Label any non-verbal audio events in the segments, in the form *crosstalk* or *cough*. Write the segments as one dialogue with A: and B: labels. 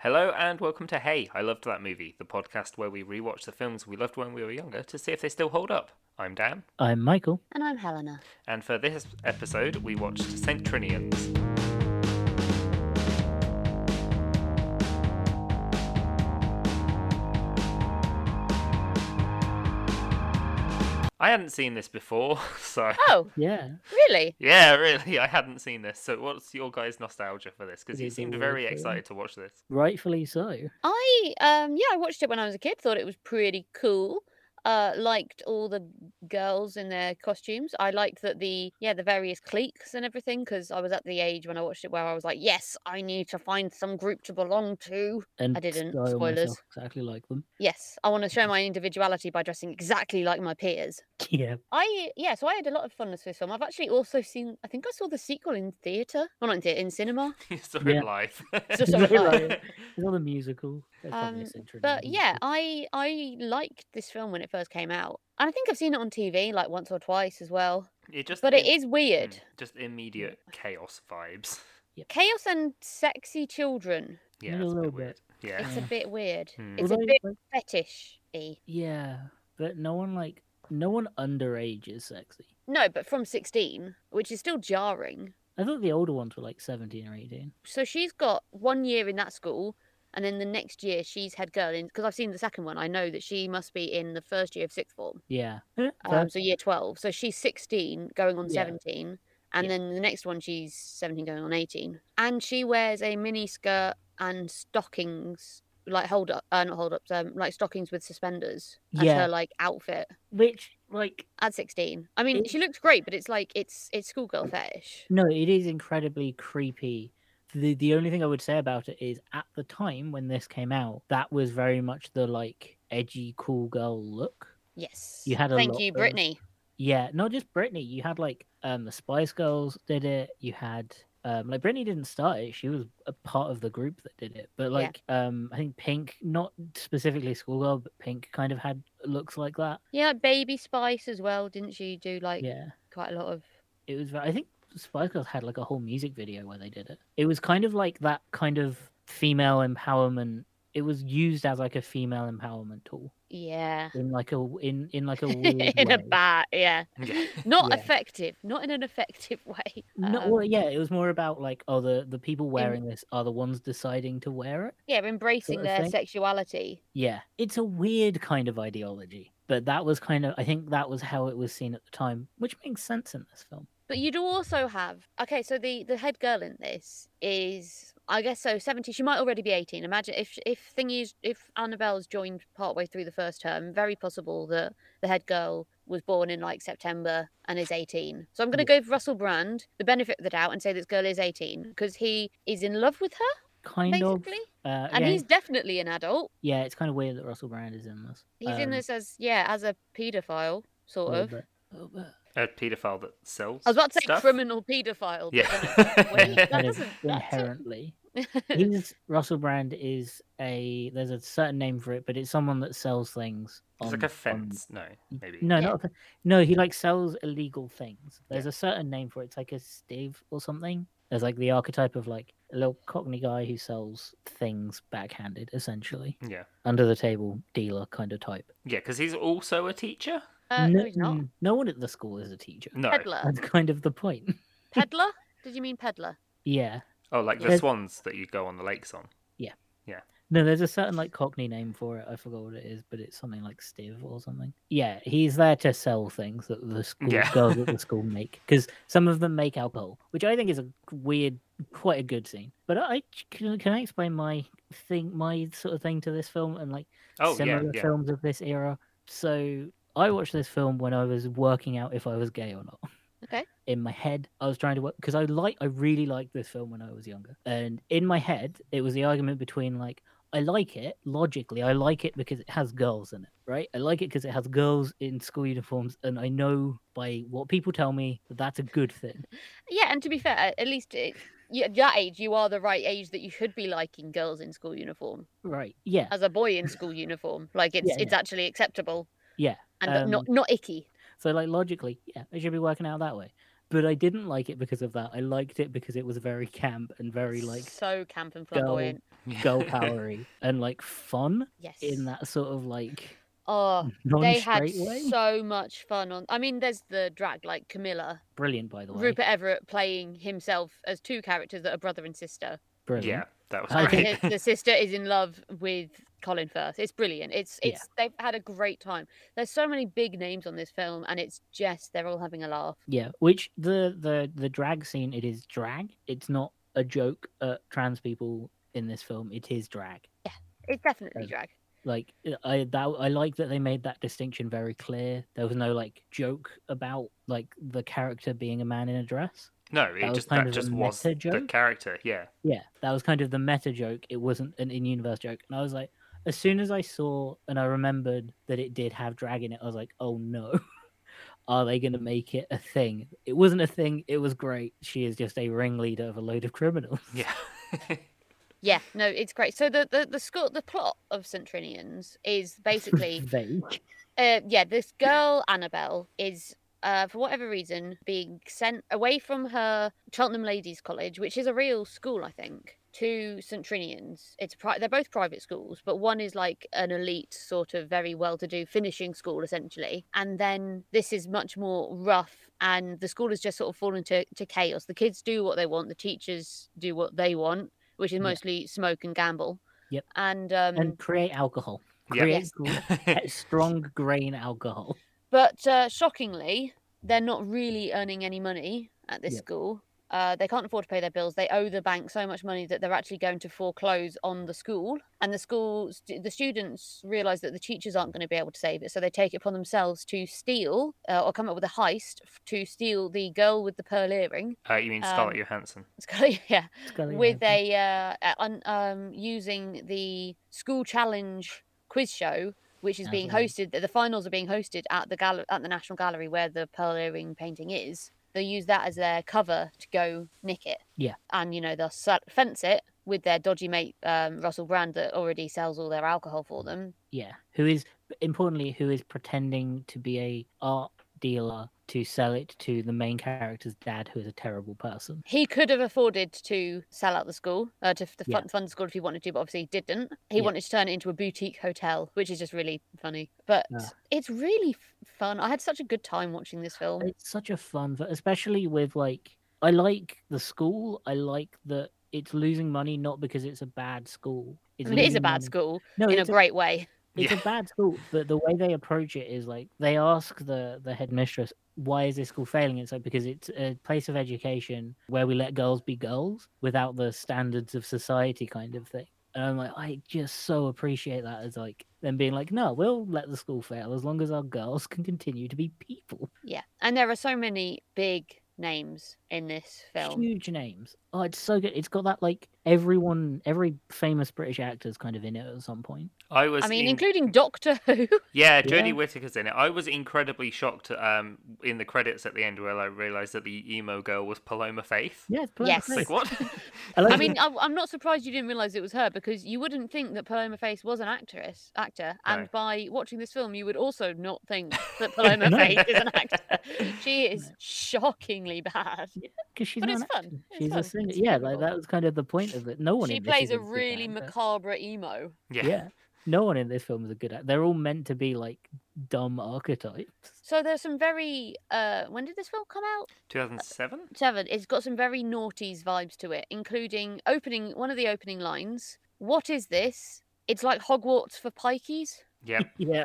A: Hello and welcome to Hey, I Loved That Movie, the podcast where we rewatch the films we loved when we were younger to see if they still hold up. I'm Dan,
B: I'm Michael.
C: And I'm Helena.
A: and for this episode, we watched Centrinians. I hadn't seen this before, *laughs* so.
C: Oh,
B: Yeah.
C: really?
A: Yeah, really, I hadn't seen this. So, what's your guys' nostalgia for this? Because you
B: Is it
A: seemed
B: the
A: very
B: Wolf Room?
A: excited to watch this. *laughs*
B: Rightfully so.
C: I um yeah, I watched it when I was a kid, thought it was pretty cool. Uh liked all the girls in their costumes. I liked that the yeah, the various cliques and everything because I was at the age when I watched it where I was like, "Yes, I need to find some group to belong to."
B: And
C: I didn't,
B: style
C: spoilers.
B: myself exactly like them. *laughs*
C: Yes, I want to show my individuality by dressing exactly like my peers.
B: Yeah.
C: I yeah, so I had a lot of fun with this film. I've actually also seen I think I saw the sequel in theater. Well, not in theater, in cinema.
A: You saw
B: Yeah.
A: it live.
C: So sorry,
B: Really?
A: *laughs*
B: It's not a musical. That's probably a
C: Um,
B: century
C: But
A: Mm.
B: name.
C: yeah, I I liked this film when it first came out, and I think I've seen it on TV like once or twice as well.
A: It just
C: But it is weird.
A: Mm, Just immediate chaos vibes.
C: *laughs* Chaos and sexy children.
A: Yeah,
B: a
A: it's a
B: little
A: bit
B: bit.
A: weird. Yeah.
C: It's a
B: Yeah.
C: bit weird.
A: *laughs* Hmm.
C: It's a
B: Although,
C: bit
B: like,
C: fetishy.
B: yeah. But no one like no one underage is sexy.
C: No, but from sixteen, which is still jarring.
B: I thought the older ones were like seventeen or eighteen.
C: So she's got one year in that school, and then the next year she's head girl in. Because I've seen the second one, I know that she must be in the first year of sixth form. *laughs*
B: Yeah. Eh,
C: Um,
B: fair.
C: so year 12. So she's 16 going on
B: Yeah.
C: 17. And
B: Yeah.
C: then the next one, she's 17 going on 18. And she wears a mini skirt and stockings, like hold up, uh, not hold ups, um, like stockings with suspenders as
B: Yeah.
C: her like outfit
B: Which like
C: at 16. I mean, she looks great, but it's like, it's it's
B: Mm.
C: schoolgirl fetish.
B: no, it is incredibly creepy. The the only thing I would say about it is at the time when this came out, that was very much the like edgy cool girl look.
C: Yes.
B: You had a
C: Thank
B: lot
C: you,
B: of-
C: Brittany.
B: Yeah, not just Britney. You had like um the Spice Girls did it. You had um like Britney didn't start it. She was a part of the group that did it. But
C: Yeah.
B: like um I think Pink, not specifically Schoolgirl, but Pink kind of had looks like that.
C: Yeah, Baby Spice as well. Didn't she do like
B: Yeah.
C: quite a lot of.
B: It was ve- I think Spice Girls had like a whole music video where they did it. It was kind of like that kind of female empowerment. It was used as like a female empowerment tool
C: Yeah.
B: in like a in in like a weird
C: *laughs* in a
B: way.
C: bat,
B: *laughs*
C: yeah.
A: *laughs*
C: *laughs*
A: Yeah.
C: Not
B: Yeah.
C: effective. Not in an effective *laughs* way.
B: No,
C: Um,
B: well, yeah, it was more about like, oh, the the people wearing this are the ones deciding to wear it.
C: Yeah, embracing
B: of
C: their
B: thing.
C: sexuality.
B: Yeah, it's a weird kind of ideology, but that was kind of, I think that was how it was seen at the time, which makes sense in this film.
C: But you do also have okay, so the the head girl in this is I guess so seventy. She might already be eighteen. Imagine if if thingies if Annabelle's joined partway through the first term, very possible that the head girl was born in like September and is eighteen. So I'm going to go for Russell Brand, the benefit of the doubt, and say this girl is eighteen because he is in love with her
B: Kind
C: basically,
B: of, uh,
C: and
B: again,
C: he's definitely an adult.
B: yeah, it's kind of weird that Russell Brand is in this.
C: He's in
B: um,
C: this as yeah as a paedophile
B: a
C: sort
B: little
C: of.
B: bit- a little
C: *laughs*
B: bit.
A: A paedophile that sells.
C: I was about to say
A: stuff?
C: criminal paedophile. but
A: Yeah.
C: then
A: *laughs*
C: I thought, wait, that
B: Kind of
C: doesn't- that's *laughs*
B: inherently,
C: a-
B: he's Russell Brand is a there's a certain name for it, but it's someone that sells things.
A: It's like
B: on-
A: a
B: on-
A: fence. No, maybe.
B: No,
C: Yeah.
B: not a fe- no. He like sells illegal things. There's a certain name for it. It's like a stave or something. There's like the archetype of like a little cockney guy who sells things backhanded, essentially
A: Yeah.
B: under the table dealer kind of type.
A: Yeah, because he's also a teacher.
C: Uh, no, he's not. Mm.
B: n- no one at the school is a teacher.
A: No.
C: Peddler.
B: That's kind of the point. *laughs*
C: Peddler? Did you mean peddler?
B: yeah.
A: Oh, like the
B: There's-
A: swans that you go on the lakes on.
B: No, there's a certain like cockney name for it. I forgot what it is, but it's something like stiv or something. Yeah, he's there to sell things that the school
A: Yeah.
B: girls
A: *laughs*
B: at the school make because some of them make alcohol, which I think is a weird, quite a good scene. But I can, can I explain my thing, my sort of thing to this film and like
A: Oh, yeah,
B: similar
A: yeah.
B: films of this era. So I watched this film when I was working out if I was gay or not.
C: Okay.
B: In my head, I was trying to work because I like I really liked this film when I was younger, and in my head, it was the argument between like I like it logically. I like it because it has girls in it, right? I like it because it has girls in school uniforms, and I know by what people tell me that that's a good thing.
C: Yeah, and to be fair, at least it, you, at that age, you are the right age that you should be liking girls in school uniform.
B: Right? Yeah.
C: As a boy
B: *laughs*
C: in school uniform, like it's
B: Yeah, Um,
C: it's actually acceptable
B: Yeah,
C: and not not icky.
B: So like logically, yeah, it should be working out that way. but I didn't like it because of that. I liked it because it was very camp and very
C: *laughs*
B: like
C: so camp and
B: girl-
C: flamboyant.
A: *laughs*
B: girl powery and like fun
C: Yes.
B: in that sort of like
C: Oh, they had
B: non-straight way.
C: so much fun on. I mean, there's the drag like Camilla,
B: Brilliant, by the way.
C: Rupert Everett playing himself as two characters that are brother and sister.
B: Brilliant.
A: Yeah, that was
B: I
A: great. *laughs*
C: His- *laughs* the sister is in love with Colin Firth. It's brilliant. It's
B: Yeah.
C: it's they've had a great time. There's so many big names on this film, and it's just they're all having a laugh.
B: Yeah, which the the the drag scene it is drag. It's not a joke at trans people in this film. It is drag.
C: It's definitely
B: Um,
C: drag.
B: Like I that I like that they made that distinction very clear. There was no like joke about like the character being a man in a dress.
A: No, it
B: that was
A: just that
B: kind of a
A: just was the
B: meta joke.
A: character. Yeah, *laughs*
B: Yeah, that was kind of the meta joke. It wasn't an in-universe joke. And I was like as soon as I saw and I remembered that it did have drag in it, I was like, "Oh no." *laughs* Are they going to make it a thing? It wasn't a thing. It was great. She is just a ringleader of a load of criminals.
A: yeah,
C: Yeah, no, it's great. So the the the score, the plot of Centrinians is basically *laughs*
B: vague.
C: uh, yeah, this girl Annabelle is. Uh, for whatever reason, being sent away from her Cheltenham Ladies College, which is a real school, I think, to St Trinian's. It's a pri- they're both private schools, but one is like an elite sort of very well-to-do finishing school, essentially. And then this is much more rough, and the school has just sort of fallen to, to chaos. The kids do what they want, the teachers do what they want, which is
B: Yeah.
C: mostly smoke and gamble.
B: Yep.
C: And um,
B: and create alcohol.
A: Yeah.
B: Create
C: *laughs*
B: gr- *laughs* strong grain alcohol.
C: But uh, shockingly, they're not really earning any money at this
B: Yep.
C: school. Uh, they can't afford to pay their bills. They owe the bank so much money that they're actually going to foreclose on the school. And the school, st- the students realize that the teachers aren't going to be able to save it, so they take it upon themselves to steal uh, or come up with a heist f- to steal the girl with the pearl earring.
A: *laughs* uh, you mean Scarlett
C: Um,
A: Johansson?
C: It's got *laughs* yeah,
B: It's gotta be
C: with
B: happening.
C: a uh, a- un, um, using the school challenge quiz show, which is being
B: Absolutely.
C: hosted. The finals are being hosted at the gall- at the National Gallery where the pearl earring painting is. They use that as their cover to go nick it.
B: Yeah.
C: and you know they'll se- fence it with their dodgy mate um, Russell Brand that already sells all their alcohol for them.
B: yeah, who is importantly who is pretending to be a art dealer to sell it to the main character's dad, who is a terrible person.
C: He could have afforded to sell out the school, uh, to, f- to
B: Yeah.
C: fund, fund the school if he wanted to, but obviously he didn't. He
B: Yeah.
C: wanted to turn it into a boutique hotel, which is just really funny. But
B: Ah.
C: it's really f- fun. I had such a good time watching this film.
B: It's such a fun, but especially with like, I like the school. I like that it's losing money not because it's a bad school.
C: I mean, it is a
B: losing
C: bad
B: money-
C: school
B: No,
C: in a
B: Oh, it's a
C: great way.
B: it's
A: Yeah.
B: a bad school, but the way they approach it is like they ask the the headmistress, "Why is this school failing?" It's like because it's a place of education where we let girls be girls without the standards of society, kind of thing. And I'm like, I just so appreciate that as like them being like, "No, we'll let the school fail as long as our girls can continue to be people."
C: Yeah. And there are so many big names in this film.
B: Huge names. Oh, it's so good. It's got that like everyone, every famous British actor's kind of in it at some point.
A: I was.
C: I mean,
A: in-
C: including Doctor
B: *laughs*
C: Who.
A: Yeah, Jodie
B: Yeah.
A: Whittaker's in it. I was incredibly shocked um, in the credits at the end where I realised that the emo girl was Paloma Faith.
B: Yeah, it's
C: Yes.
A: It's like,
B: *laughs*
A: what?
C: I mean, I, I'm not surprised you didn't realize it was her because you wouldn't think that Paloma Face was an actress, actor, and
A: No.
C: by watching this film, you would also not think that
B: *laughs*
C: Paloma
B: No.
C: Face is an actor. She is shockingly bad.
B: because she's
C: But
B: not
C: it's
B: an
C: fun.
B: actor.
C: It's
B: She's
C: fun.
B: a singer.
C: It's
B: Yeah,
C: enjoyable.
B: like that was kind of the point of it. No one.
C: She
B: in this is
C: plays a
B: good
C: really
B: actor.
C: macabre emo.
A: yeah.
B: Yeah, no one in this film is a good actor. They're all meant to be like dumb archetypes.
C: *laughs* So there's some very. Uh, when did this film come out?
A: 2007?
C: Seven. It's got some very naughties vibes to it, including opening one of the opening lines. What is this? It's like Hogwarts for pikeys.
A: Yeah.
B: Yeah,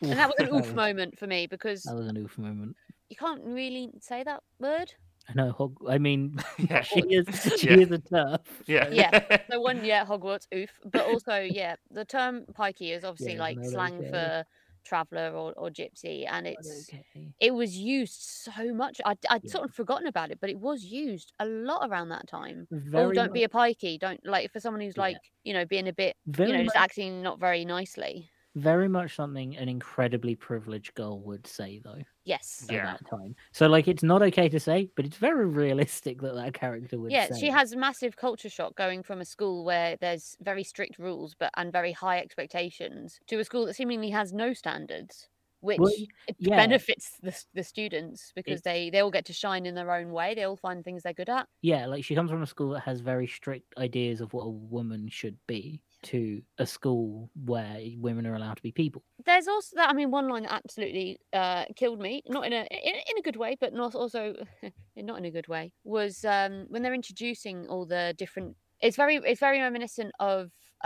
C: And that was
B: *laughs*
C: an oof
B: That
C: moment for me because
B: That was an oof moment.
C: you can't really say that word.
B: I know. Hog- I
C: *laughs*
B: mean,
A: *laughs* Yeah.
B: she is. She
A: Yeah.
B: is a turf.
A: Yeah.
C: Yeah. So one, yeah, Hogwarts, oof. But also, yeah, the term pikey is obviously
B: Yeah,
C: like
B: not
C: slang
B: okay.
C: for traveller or, or gypsy, and
B: but
C: it's
B: Okay.
C: it was used so much. I I'd
B: Yeah.
C: sort of forgotten about it, but it was used a lot around that time.
B: Very
C: oh, don't be
B: much-
C: a pikey. Don't like for someone who's
B: Yeah.
C: like you know being a bit
B: very
C: you know just
B: much,
C: acting not very nicely.
B: very much something an incredibly privileged girl would say though
C: Yes.
B: at
A: Yeah.
B: that time. So like, it's not okay to say, but it's very *laughs* realistic that that character would.
C: Yeah,
B: say
C: she
B: it.
C: has massive culture shock going from a school where there's very strict rules but and very high expectations to a school that seemingly has no standards. which
B: Well, yeah.
C: benefits the, s- the students because they they all get to shine in their own way. They all find things they're good at.
B: Yeah, like she comes from a school that has very strict ideas of what a woman should be to a school where women are allowed to be people.
C: There's also that. I mean, one line that absolutely uh, killed me, not in a in, in a good way, but not also *laughs* not in a good way. Was um, when they're introducing all the different. It's very it's very reminiscent of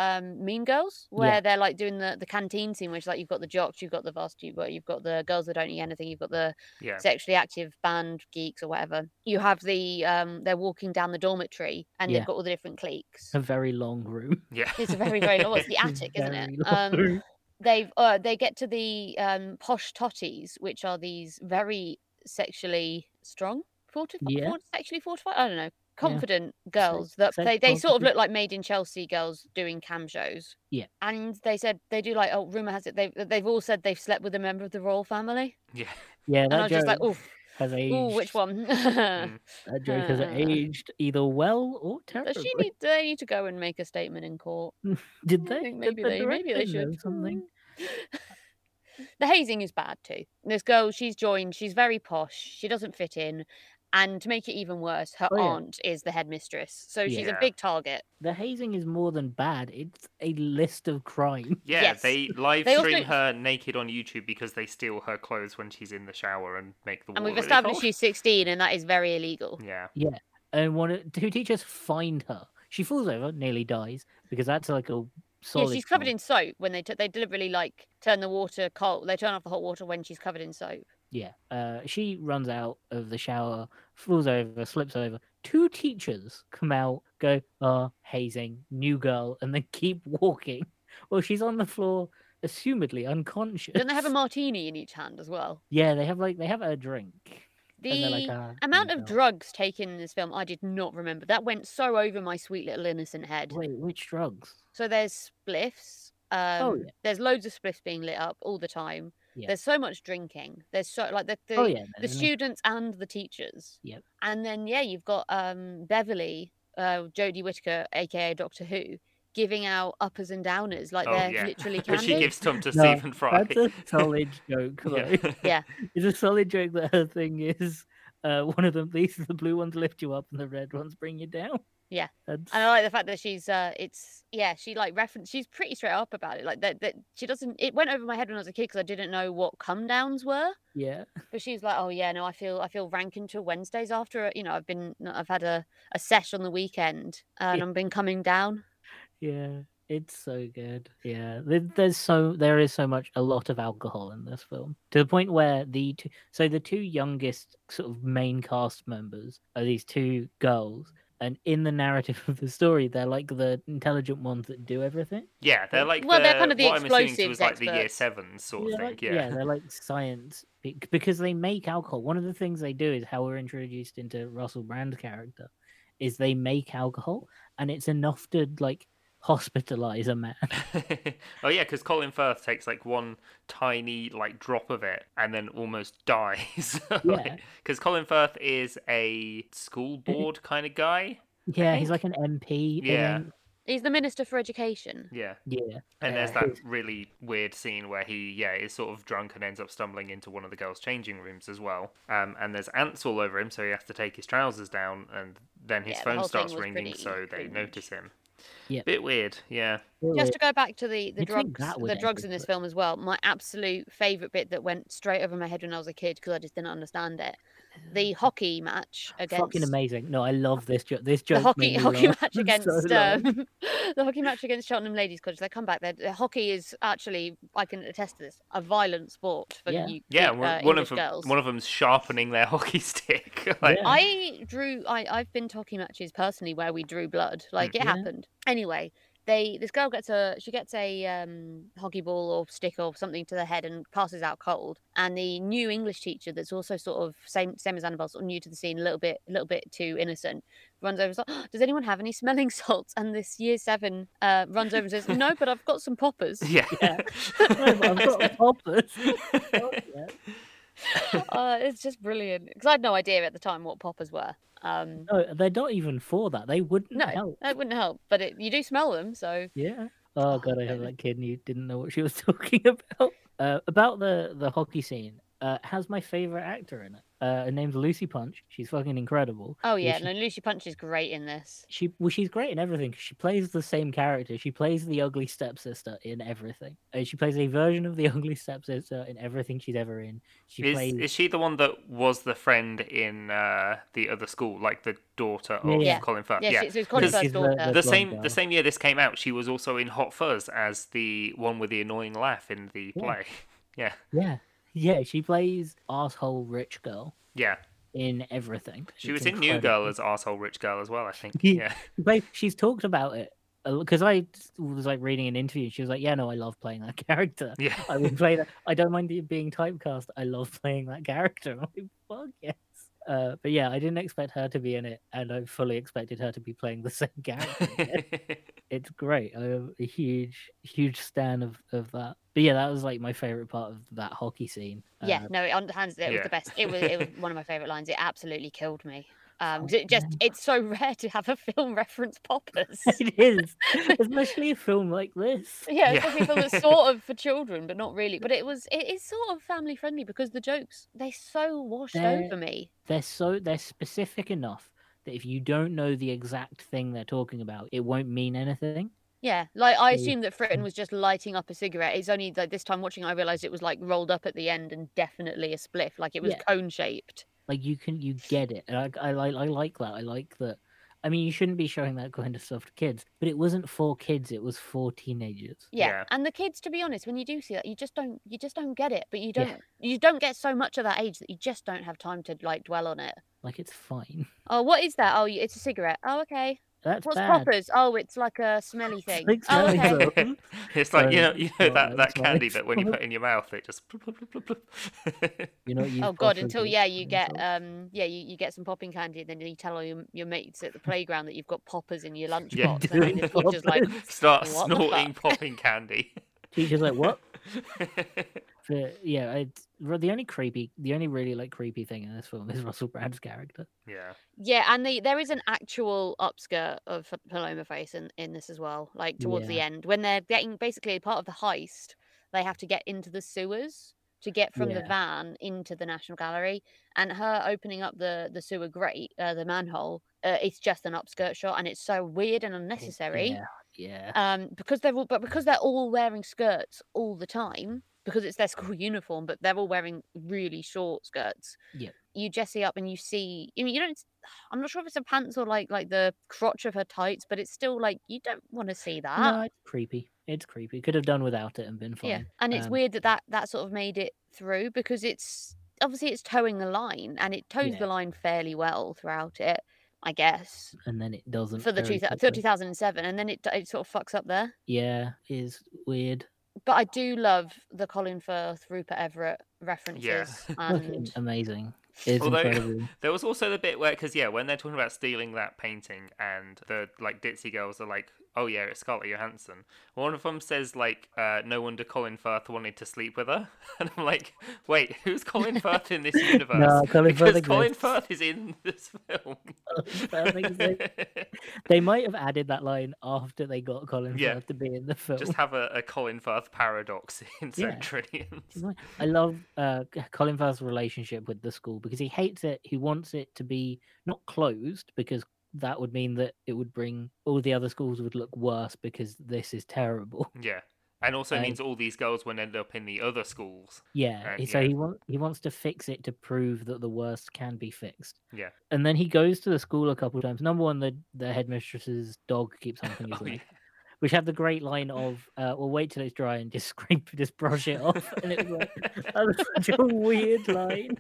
C: um, Mean Girls,
B: Yeah.
C: where they're like doing the, the canteen scene, which like you've got the jocks, you've got the varsity, but you've got the girls that don't eat anything, you've got the
A: *laughs* Yeah.
C: sexually active band geeks or whatever you have the um they're walking down the dormitory and
B: Yeah.
C: they've got all the different
B: *laughs*
C: cliques
B: A very long room. *laughs*
A: Yeah.
C: it's a very very low it's the
B: It's a
C: attic isn't
B: very *laughs*
C: it
B: long
C: um
B: room.
C: they've uh, they get to the um posh totties which are these very sexually strong fortified
B: Yeah.
C: sexually fortified i don't know confident girls that
B: sex
C: they, they sort of
B: positive.
C: look like made in chelsea girls doing cam shows
B: Yeah.
C: and they said they do like oh rumor has it they've they've all said they've slept with a member of the royal family
A: *laughs* Yeah.
B: Yeah,
C: and i
B: that
C: was just like
B: joke
C: oh
B: has aged. Mm.
C: Ooh, which one? *laughs* Does
B: That joke
C: *laughs*
B: has
C: Uh,
B: aged either well or terribly. *laughs*
C: she need? Do they need to go and make a statement in court?
B: Did
C: I
B: they?
C: think
B: Did
C: maybe
B: the
C: they, maybe they
B: director
C: should.
B: know something.
C: Mm. *laughs* the hazing is bad too. This girl, she's joined. She's very posh. She doesn't fit in, and to make it even worse, her
B: Oh, yeah.
C: aunt is the headmistress, so she's
A: Yeah.
C: a big target.
B: The hazing is more than bad. It's a list of crime. *laughs*
A: Yeah,
C: Yes.
A: they live
C: They also-
A: stream her naked on YouTube because they steal her clothes when she's in the shower and make the
C: And
A: wall
C: we've
A: really Mm,
C: established
A: cold.
C: she's 16, and that is very illegal.
A: Yeah.
B: And one of two teachers find her. She falls over, nearly dies, because that's like a solid.
C: Yeah, she's covered
B: crime.
C: in soap. When they t- they deliberately like turn the water cold, they turn off the hot water when she's covered in soap.
B: Yeah. Uh, she runs out of the shower, falls over, slips over. Two teachers come out, go, ah, hazing, new girl, *laughs* and then keep walking. Well, she's on the floor, assumedly unconscious.
C: Don't they have a martini in each hand as well?
B: Yeah, they have like they have a drink. and
C: The
B: they're like, "Ah,
C: amount
B: new
C: of
B: girl."
C: drugs taken in this film i did not remember that went so over my sweet little innocent head
B: Wait, which drugs?
C: so there's spliffs um,
B: Oh, yeah.
C: there's loads of spliffs being lit up all the time
B: Yeah.
C: there's so much drinking there's so like the, the,
B: Oh yeah, no,
C: the
B: there's no-
C: students and the teachers
B: Yep.
C: and then yeah you've got um beverly uh jodie whittaker aka doctor who giving out uppers and downers like
A: Oh,
C: they're
A: yeah.
B: *laughs*
C: literally
A: But
C: candy
A: she gives them to
B: No,
A: Stephen Fry.
B: That's a solid joke.
A: *laughs* yeah.
B: Though. *laughs* It's a solid joke that her thing is uh, one of them. *laughs* These the blue ones lift you up and the red ones bring you down.
C: Yeah.
B: That's,
C: And I like the fact that she's uh it's yeah, she like reference she's pretty straight up about it. Like that that she doesn't it went over my head when I was a kid because I didn't know what come downs were.
B: yeah.
C: But she was like, Oh yeah, no, I feel I feel rank until Wednesdays after uh, you know, I've been I've had a, a sesh on the weekend and
B: Yeah.
C: I've been coming down.
B: Yeah. It's so good. Yeah. There, there's so there is so much a lot of alcohol in this film to the point where the two, so the two youngest sort of main cast members are these two girls. And in the narrative *laughs* of the story, they're like the intelligent ones that do everything.
A: Yeah, they're like
C: Well,
A: the,
C: they're kind of the
A: what I'm assuming to
C: explosives
A: was like the year
C: experts.
A: seven sort
B: Yeah,
A: of thing.
B: like-
A: Yeah.
B: they're like science be- because they make alcohol. One of the things they do is how we're introduced into Russell Brand's character is they make alcohol, and it's enough to like hospitalize a man. *laughs*
A: *laughs* oh yeah, because Colin Firth takes like one tiny like drop of it and then almost *laughs* dies. Because
B: Yeah.
A: Colin Firth is a school board kind of guy.
B: Yeah, he's
A: think-
B: like an MP. I
A: Yeah.
B: think.
C: He's the Minister for Education.
A: Yeah.
B: yeah.
A: And there's
B: Yeah.
A: that really weird scene where he, yeah, is sort of drunk and ends up stumbling into one of the girls' changing rooms as well. Um, and there's ants all over him, so he has to take his trousers down, and then his
C: Yeah, the
A: phone
C: whole thing
A: starts
C: was
A: ringing,
C: pretty
A: so they
C: cringe.
A: notice him.
B: Yeah.
A: Bit weird, yeah.
C: Just to go back to the, the
B: You'd think
C: drugs
B: that would
C: the drugs in
B: end
C: this
B: it.
C: film as well, my absolute favourite bit that went straight over my head when I was a kid because I just didn't understand it.
B: *sighs*
C: The hockey match against
B: Fucking amazing! No, I love this joke. This joke.
C: the hockey
B: made me
C: hockey
B: laugh *laughs*
C: match
B: so
C: against
B: loud.
C: um, *laughs* the hockey match against Cheltenham Ladies College. They come back. Their their hockey is actually, I can attest to this, a violent sport for
B: Yeah.
C: you.
A: Yeah,
C: uh,
A: one, one of
C: English
A: them,
C: girls.
A: one of them's sharpening their *laughs* hockey stick. *laughs* like,
B: Yeah.
C: I drew. I I've been to hockey matches personally where we drew blood. Like it
B: Yeah.
C: happened. Anyway, they this girl gets a she gets a um, hockey ball or stick or something to the head and passes out cold. And the new English teacher that's also sort of same same as Annabelle, sort of new to the scene, a little bit a little bit too innocent, runs over. And is like, "Oh, Does anyone have any smelling *laughs* salts? And this year seven uh, runs over and says, No, but I've got some poppers.
A: *laughs* yeah.
B: Yeah.
C: um,
B: *laughs* I've
C: *laughs*
B: got *laughs* poppers. Oh, yeah.
C: uh, it's just brilliant because I had no idea at the time what poppers were. Um,
B: No, they're not even for that. They wouldn't
C: No.
B: help.
C: that wouldn't help, but it, you do smell them, so.
B: Yeah. Oh god, I
C: yeah.
B: had that kid and you didn't know what she was *laughs* talking about. Uh, about the the hockey scene, uh, has my favorite actor in it. Uh, her name's Lucy Punch. She's fucking incredible.
C: Oh yeah,
B: she-
C: no, Lucy Punch is great in this.
B: She well, she's great in everything. 'cause She plays the same character. She plays the ugly stepsister in everything. Uh, she plays a version of the *laughs* ugly stepsister in everything she's ever in. She
A: Is,
B: plays
A: is she the one that was the friend in uh, the other school, like the daughter of
B: Uh, Yeah.
A: Colin Firth?
C: Yeah, she, so it's Colin
A: Because
C: Firth's
B: she's the-
C: daughter.
B: the-
A: the
B: blonde
A: same
B: girl.
A: the same year this came out, she was also in Hot Fuzz as the one with the annoying laugh in the
B: Yeah.
A: play. *laughs* Yeah,
B: yeah yeah she plays asshole rich girl
A: yeah.
B: in everything.
A: She
B: It's
A: was in New
B: incredible.
A: Girl as arsehole rich girl as well. I think.
B: Yeah.
A: Yeah,
B: But she's talked about it because I was like reading an interview. and She was like, "Yeah, no, I love playing that *laughs* character.
A: yeah. *laughs*
B: I would play that. I don't mind it being typecast. I love playing that character." I'm like, "Fuck yes!" Uh, but yeah, I didn't expect her to be in it, and I fully expected her to be playing the *laughs* same character.
A: *laughs*
B: again. it's great. I'm a huge, huge stan of of that. But yeah, that was like my favorite part of that hockey scene.
C: Yeah,
B: Uh, *laughs*
C: no, it, on hands it was
A: yeah.
C: the best. It was it was one of my favorite lines. It absolutely killed me. Um, 'cause
B: Oh,
C: it just it's so rare to have a film *laughs* reference poppers.
B: it is, especially a film like this.
C: *laughs* Yeah,
A: Yeah.
C: it's probably for the sort of
B: *laughs*
C: for children, but not really. But it was it is sort of family friendly because the jokes they so washed
B: They're-
C: over me.
B: they're so they're specific enough that if you don't know the exact thing they're talking about, it won't mean anything.
C: Yeah, like I
B: Mm.
C: assumed that Fritton was just lighting up a cigarette. It's only like this time watching, I realized it was like rolled up at the end and definitely a spliff, like it was
B: Yeah.
C: cone shaped.
B: Like you can you get it. And I I like I like that. I like that. I mean, you shouldn't be showing that kind of stuff to kids, but it wasn't for kids. It was for teenagers.
C: Yeah.
A: Yeah.
C: and the kids, to be honest, when you do see that, you just don't you just don't get it. But you
B: Yeah.
C: don't you don't get so much of that age that you just don't have time to like dwell on it.
B: Like it's fine. *laughs*
C: Oh, what is that? Oh, y- it's a cigarette. Oh, okay.
B: That's
C: What's
B: bad.
C: poppers? Oh, it's
B: *laughs*
C: like a smelly
B: It's
C: thing.
B: like
C: oh,
A: *laughs*
B: smelly
C: okay.
B: though. Welcome.
A: it's like you know,
B: Um,
A: you know
B: well,
A: that, that
B: that's why
A: candy
B: it's
A: bit when you
B: *laughs* called-
A: put it in your mouth, it just. *laughs* plop, plop, plop, plop.
B: You know. what you've
C: Oh god,
B: offered
C: until
B: me?
C: yeah, you
B: And
C: get
B: it's like,
C: um yeah, you, you get some popping candy and then you tell all your, your mates at the playground that you've got poppers in your lunchbox
A: Yeah.
C: and
B: *laughs*
C: then the
B: Doing
C: teacher's like
A: *laughs*
B: poppers.
A: Start
C: What the
A: snorting popping candy.
B: *laughs*
A: *laughs*
B: Teacher's like,
C: *laughs*
B: what? But yeah, I, the only creepy, the only really like creepy thing in this film is Russell Brand's character.
A: yeah.
C: Yeah, and the, there is an actual upskirt of Fa- Paloma Face in, in this as well, like towards the end. When they're getting basically part of the heist, they have to get into the sewers to get from the
B: Yeah.
C: van into the National Gallery. And her opening up the, the sewer grate, uh, the manhole, uh, it's just an upskirt shot and it's so weird and unnecessary
B: Yeah. Yeah.
C: um, because they're all, but because they're all wearing skirts all the time because it's their *laughs* school uniform, but they're all wearing really short skirts.
B: Yeah.
C: you dressy up and you see. I mean, you don't. *sighs* I'm not sure if it's a pants or like like the crotch of her tights, but it's still like you don't want to see that.
B: No, it's creepy. It's creepy. Could have done without it and been fine.
C: Ah. yeah, and it's
B: Um,
C: weird that, that that sort of made it through because it's obviously it's towing the line and it toes
B: Yeah.
C: the line fairly well throughout it, I guess.
B: And then it doesn't.
C: For the
B: very
C: 2000,
B: quickly.
C: 2007, and then it it sort of fucks up there.
B: Yeah, is weird.
C: but I do love the Colin Firth, Rupert Everett references,
B: Fucking *laughs*
C: and
B: amazing. It's
A: Although-
B: incredible.
A: There was also the bit where, because yeah, when they're talking about stealing that painting, and the like ditzy girls are like, "Oh yeah, it's Scarlett Johansson." One of them says like, uh, "No wonder Colin Firth wanted to sleep with her," *laughs* and I'm like, "Wait, who's
B: *laughs*
A: Colin Firth in this universe?"
B: No, Colin
A: *laughs*
B: Firth
A: because Colin
B: exists.
A: Firth is in this film.
B: Firth exists. they might have added that line after they got Colin
A: Yeah.
B: Firth to be in the
A: *laughs*
B: film.
A: Just have a, a Colin Firth paradox in
B: Yeah.
A: Centurions.
B: Right. I love uh, C- Colin Firth's relationship with the school because he hates it. He wants it to be not closed because that would mean that it would bring all the other schools would look worse because this is terrible.
A: Yeah, and also
B: Um,
A: means all these girls will end up in the other schools. *laughs*
B: Yeah.
A: Uh,
B: he- so
A: yeah.
B: he wants he wants to fix it to prove that the worst can be fixed.
A: Yeah.
B: And then he goes to the school a couple times. Number one, the the headmistress's dog
A: *laughs*
B: keeps something his
A: Oh,
B: leg,
A: yeah.
B: which had the great line of, uh, "Well, wait till it's dry and just *laughs* scrape, just brush it off." *laughs* And
A: *laughs*
B: it was like, *laughs* that was such a weird line.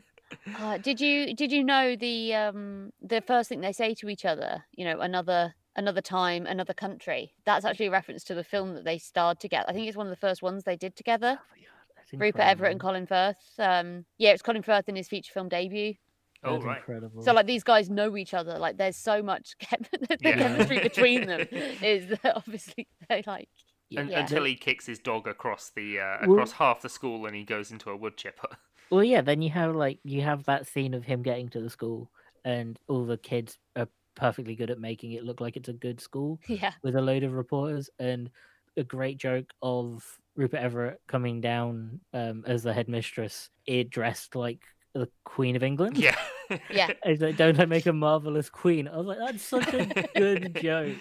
C: uh, did you did you know the um the first thing they say to each other? You know, another another time, another country. That's actually a reference to the film that they starred together. I think it's one of the first ones they did together.
B: That's
C: Rupert Everett and
B: incredible.
C: Colin Firth. Um, yeah, it's Colin Firth in his feature film debut.
A: Oh
B: That's
A: right.
B: incredible.
C: So like these guys know each other. Like there's so much *laughs* chem- the
A: Yeah.
C: chemistry between them is *laughs* that obviously they like
A: Un-
C: Yeah.
A: Until he kicks his dog across the uh,
B: Well-
A: across half the school and he goes into a wood chipper. *laughs*
B: *laughs* Well, yeah, then you have like you have that scene of him getting to the school, and all the kids are perfectly good at making it look like it's a good school
C: yeah
B: with a load of reporters, and a great joke of Rupert Everett coming down um, as the headmistress, it dressed like the Queen of England.
A: Yeah.
C: Yeah.
B: *laughs* It's like, don't I make a marvelous queen? I was like, that's such a good joke.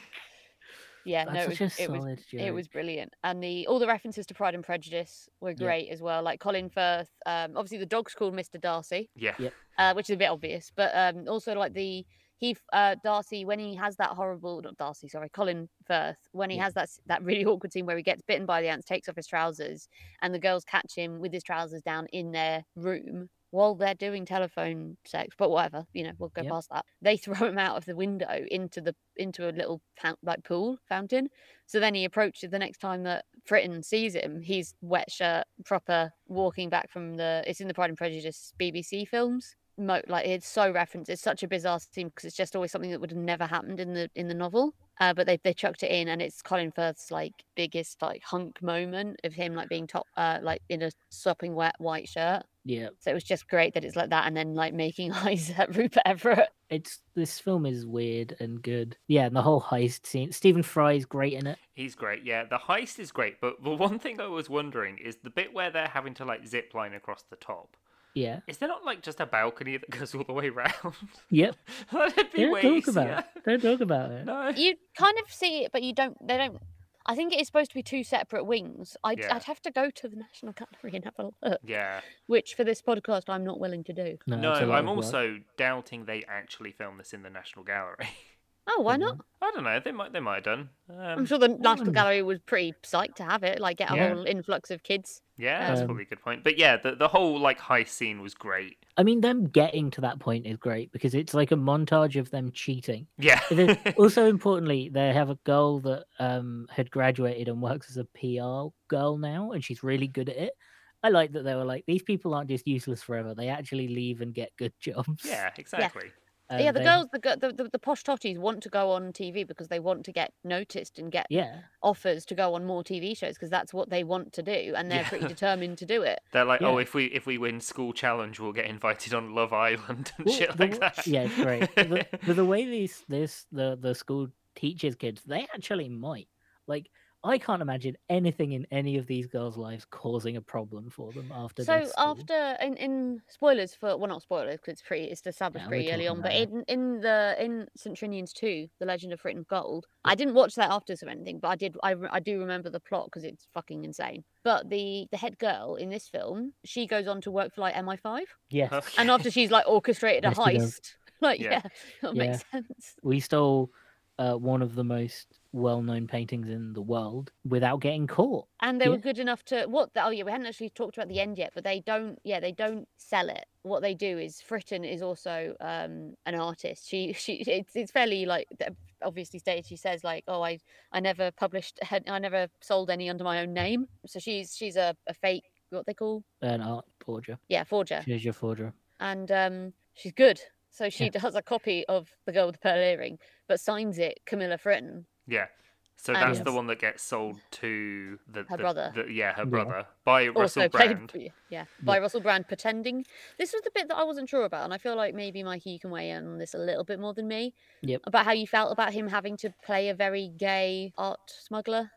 C: Yeah,
B: That's
C: no, it
B: such
C: was,
B: a
C: it was
B: solid joke.
C: It was brilliant, and the all the references to Pride and Prejudice were great as well. Like Colin Firth, um, obviously the dog's called Mister Darcy,
A: *laughs* Yeah.
B: Yeah.
C: uh, which is a bit obvious, but um, also like the he f- uh, Darcy when he has that horrible not Darcy sorry Colin Firth when he
B: Yeah.
C: has that s- that really awkward scene where he gets bitten by the ants, takes off his trousers, and the girls catch him with his trousers down in their room. While they're doing telephone sex, but whatever, you know, we'll go
B: Yep.
C: past that. They *laughs* throw him out of the window into the into a little fount- like pool fountain, so then he approaches the next time that Fritton sees him, he's wet shirt, proper walking back from the. It's in the Pride and Prejudice BBC films. Mo, like it's so referenced. It's such a bizarre scene because it's just always something that would have never happened in the in the novel. Uh, but they they chucked it in, and it's Colin Firth's like biggest like hunk moment of him like being top uh, like in a sopping wet white shirt.
B: Yeah.
C: So it was just great that it's like that, and then like making *laughs* eyes at Rupert Everett.
B: It's this film is weird and good. Yeah, and the whole heist scene. Stephen Fry's great in it.
A: He's great. Yeah, the heist is great, but the one thing I was wondering is the bit where they're having to like zip line across the top.
B: Yeah.
A: Is there not like just a balcony that *laughs* goes all the way round?
B: Yep.
A: That'd be
B: Don't
A: way
B: talk about
A: easier.
B: it. Don't talk about it.
A: No.
C: you kind of see it, but you don't. They don't. I think it is supposed to be two separate wings. I'd,
A: Yeah.
C: I'd have to go to the National Gallery and have a look,
A: Yeah.
C: which for this podcast I'm not willing to do.
B: No,
A: No,
B: it's a lot
A: I'm
B: of work.
A: also doubting they actually filmed this in the National Gallery.
C: Oh, why
B: Mhm.
C: not?
A: I don't know. They might. They might have done.
C: I'm
A: Um,
C: sure the National
B: wouldn't.
C: Gallery was pretty psyched to have it, like get a
A: Yeah.
C: whole influx of kids.
A: yeah, that's
B: Um,
A: probably a good point. But yeah, the the whole like heist scene was great.
B: I mean, them getting to that point is great because it's like a montage of them cheating.
A: Yeah.
B: And then, also importantly, they have a girl that um had graduated and works as a PR girl now, and she's really good at it. I like that they were like, these people aren't just useless forever; they actually leave and get good *laughs* jobs.
A: *laughs* yeah. Exactly.
B: And
C: yeah, the
B: they-
C: girls, the, go- the the the posh totties want to go on TV because they want to get noticed and get
A: *laughs*
B: Yeah,
C: offers to go on more TV shows because that's what they want to do, and they're
A: Yeah.
C: pretty determined to do it.
A: They're like, oh,
B: Yeah.
A: if we if we win school challenge, we'll get invited on Love Island and
B: Well,
A: shit
B: the
A: like
B: wa-
A: that.
B: yeah,
A: *laughs*
B: it's great. the, but the way these this the the school teaches kids, they actually might like. I can't imagine anything in any of these girls' lives causing a problem for them after.
C: so
B: this
C: after in, in spoilers for well not spoilers because it's pretty it's established
B: Yeah, we're
C: pretty early
B: talking
C: on but
B: about it.
C: in in the in st trinian's 2 the legend of written gold i didn't watch that after or anything but i did i, re- I do remember the plot because it's fucking insane but the the head girl in this film she goes on to work for like mi5
B: yes,
C: and after she's like orchestrated a
B: Yes, she does.
C: heist *laughs* like yeah,
A: Yeah.
C: that
B: Yeah.
C: makes sense
B: we stole uh, one of the most well-known paintings in the world without getting caught.
C: and they were
B: Yeah.
C: good enough to what the, oh yeah we hadn't actually talked about the end yet but they don't yeah they don't sell it what they do is Fritton is also um an artist she she it's, it's fairly like th- obviously stated she says like oh I I never published I never sold any under my own name so she's she's a, a fake what they call
B: An art forger.
C: yeah forger
B: She's your forger.
C: and um she's good so she does a copy of the girl with the pearl earring but signs it Camilla Fritton
A: yeah. So
C: And-
A: that's the
B: Yes.
A: one that gets sold to the
C: Um, Her
A: the-
C: brother.
A: the- yeah, her
B: Yeah.
A: brother by Russell
C: also played
A: Brand.
C: b- yeah by Russell Brand pretending this was the bit that I wasn't sure about and I feel like maybe Mikey you can weigh in on this a little bit more than me
B: Yep.
C: about how you felt about him having to play a very gay art smuggler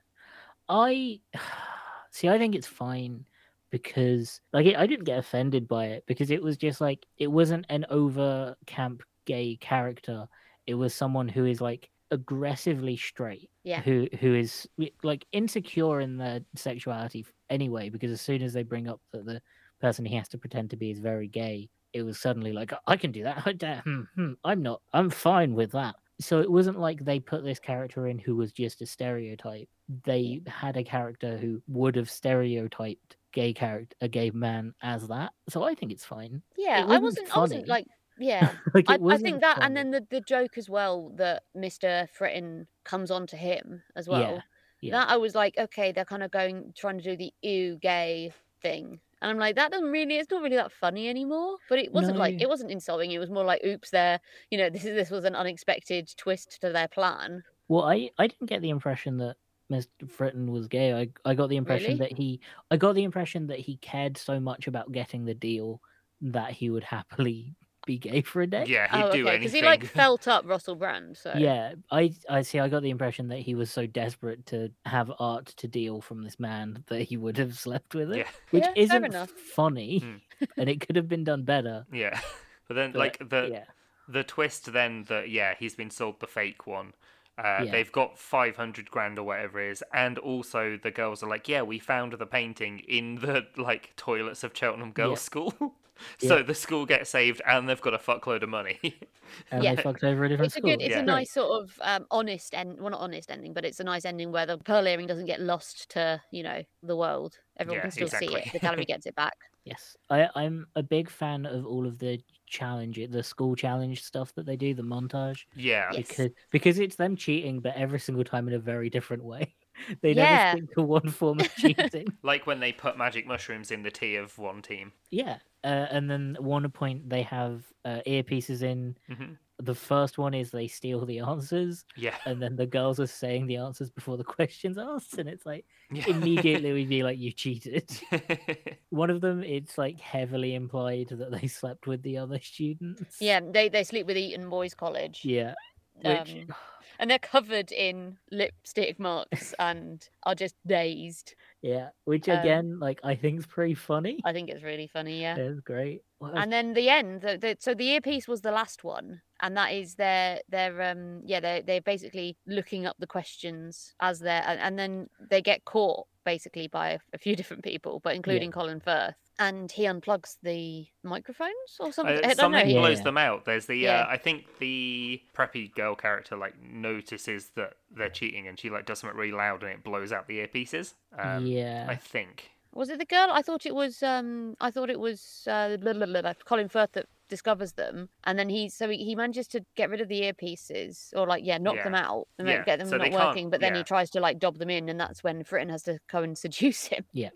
B: I *sighs* see. I think it's fine because, like, it, I didn't get offended by it because it was just like it wasn't an over camp gay character. It was someone who is like aggressively straight,
C: yeah
B: who who is like insecure in their sexuality f- anyway. Because as soon as they bring up that the person he has to pretend to be is very gay, it was suddenly like "I- I can do that. *laughs* I don't- hmm, hmm, I'm not. I'm fine with that. So it wasn't like they put this character in who was just a stereotype. They had a character who would have stereotyped gay character a gay man as that. So I think it's fine.
C: yeah I
B: wasn't
C: wasn't I wasn't
B: funny.
C: like yeah
B: *laughs* Like
C: I,
B: it
C: I
B: wasn't
C: think that
B: funny.
C: and then the, the joke as well that Mr Fritton comes on to him as well
B: yeah.
C: that I was like okay they're kind of going trying to do the ew gay thing and I'm like that doesn't really it's not really that funny anymore but it wasn't like
B: No.
C: it wasn't insulting it was more like oops there you know this is this was an unexpected twist to their plan
B: Well, I I didn't get the impression that Mr. Fritton was gay. I I got the impression
C: Really?
B: that he I got the impression that he cared so much about getting the deal that he would happily be gay for a day.
A: Yeah, he'd
C: oh,
A: do
C: okay, because
A: anything.
C: he like felt up Russell Brand. So
B: Yeah, I I see. I got the impression that he was so desperate to have art to deal from this man that he would have slept with
A: *laughs*
B: it,
A: Yeah.
B: which
C: Yeah, Hmm. fair
B: isn't
C: enough.
B: funny,
A: Mm.
B: and it could have been done better.
A: yeah. But then,
B: But,
A: like
C: Uh,
A: the
B: yeah,
A: the twist, then that yeah, he's been sold the fake one. Uh,
B: Yeah.
A: They've got five hundred grand or whatever it is, and also the girls are like, yeah, we found the painting in the like toilets of Cheltenham Girls' School. *laughs* So
B: Yeah.
A: the school gets saved, and they've got a fuckload of money. *laughs*
B: and
C: Yeah.
B: they fucked over a different
C: It's a
B: school.
C: good, it's
A: Yeah.
C: a
B: great.
C: nice sort of um, honest end. Well, not honest ending, but it's a nice ending where the pearl earring doesn't get lost to you know the world. Everyone
A: Yeah,
C: can still see
A: exactly.
C: it.
A: *laughs*
C: The gallery gets it back.
B: Yes, I, I'm a big fan of all of the challenge, the school challenge stuff that they do, the montage,
A: yeah,
C: Yeah. Yes.
B: because because it's them cheating, but every single time in a very different way. *laughs* They
C: Yeah.
B: never stick to one form
C: *laughs*
B: of cheating.
A: like when they put magic mushrooms in the tea of one team.
B: yeah, uh, and then at one point they have uh, earpieces in.
A: hmm
B: The first one is they steal the answers,
A: Yeah, *laughs*
B: and then the girls are saying the answers before the *laughs* questions asked, and it's like
A: yeah. *laughs*
B: immediately we'd be like, "You cheated." *laughs* One of them, it's like heavily implied that they slept with the other students.
C: Yeah, they they sleep with Eton Boys College,
B: Yeah. Which,
C: Um, and they're covered in lipstick marks and are just dazed.
B: yeah, which
C: um,
B: again, like I think is pretty funny.
C: I think it's really funny. Yeah.
B: It's great. What else?
C: and then the end the, the, so the earpiece was the last one and that is their their um yeah they're, they're basically looking up the questions as they're and, and then they get caught basically by a, a few *laughs* different people but including colin firth and he unplugs the microphones or something
A: Uh,
C: i don't know
A: something
C: he-
B: Yeah.
A: blows them out. There's the
C: Yeah.
A: uh, I think the preppy girl character like notices that they're cheating and she like does something really loud and it blows out the earpieces. Um,
B: yeah.
A: I think.
C: was it the girl i thought it was um i thought it was uh blah, blah, blah, blah, colin firth that discovers them and then he so he, he manages to get rid of the earpieces or like yeah knock
A: Yeah.
C: them out and
A: Yeah,
C: get them
A: so they
C: not
A: can't-
C: working but then
A: yeah.
C: he tries to like dob them in and that's when Fritton has to go and *laughs* seduce him
A: Yeah.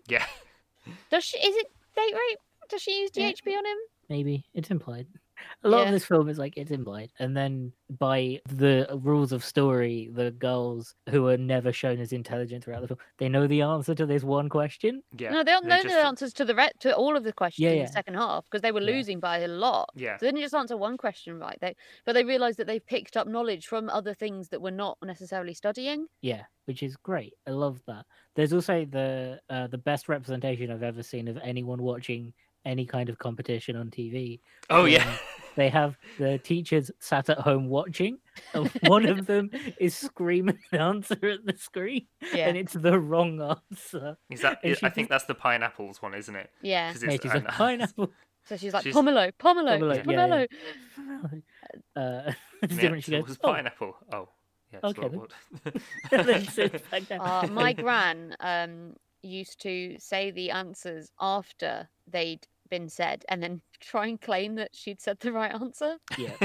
C: Does she? Is it date rape? Does she use
B: Yeah.
C: DHB on him?
B: Maybe it's implied. A lot
C: Yeah.
B: of this film is like it's implied, and then by the rules of story, the girls who are never shown as intelligent throughout the film, they know the answer to this one question.
A: Yeah.
C: No, they don't
A: they
C: know
A: just-
C: the answers to the re- to all of the questions in
B: yeah.
C: the second half because they were
B: Yeah.
C: losing by a lot.
A: Yeah.
C: So they didn't just answer one question right. They but they realised that they picked up knowledge from other things that were not necessarily studying.
B: Yeah, which is great. I love that. There's also the uh, the best representation I've ever seen of anyone watching any kind of competition on TV.
A: Oh
B: Yeah.
A: yeah.
B: They have the teachers sat at home watching,
C: *laughs*
B: and one of them is screaming an answer at the screen,
C: Yeah.
B: and it's the wrong answer.
A: *laughs* Is that?
B: And
A: I
B: she
A: think that's the pineapples one, isn't it?
C: yeah.
A: 'Cause
B: Yeah,
A: it's- uh,
B: she's
A: I
B: like,
A: know.
B: pineapple.
C: So she's *laughs* like
A: she's-
C: pomelo, pomelo,
B: Pomelo,
C: pomelo.
B: yeah, yeah. Uh, *laughs* it's
A: Yeah,
B: different. She
A: so
B: goes,
A: what's
B: "Oh."
A: pineapple. Oh. Yeah, it's
B: Okay,
A: what-
B: And *laughs* then
A: what- *laughs*
B: sits back down. *laughs*
C: Uh, my
B: And-
C: gran um, used to say the answers after they'd been said, and then *laughs* try and claim that she'd said the right answer.
B: yeah.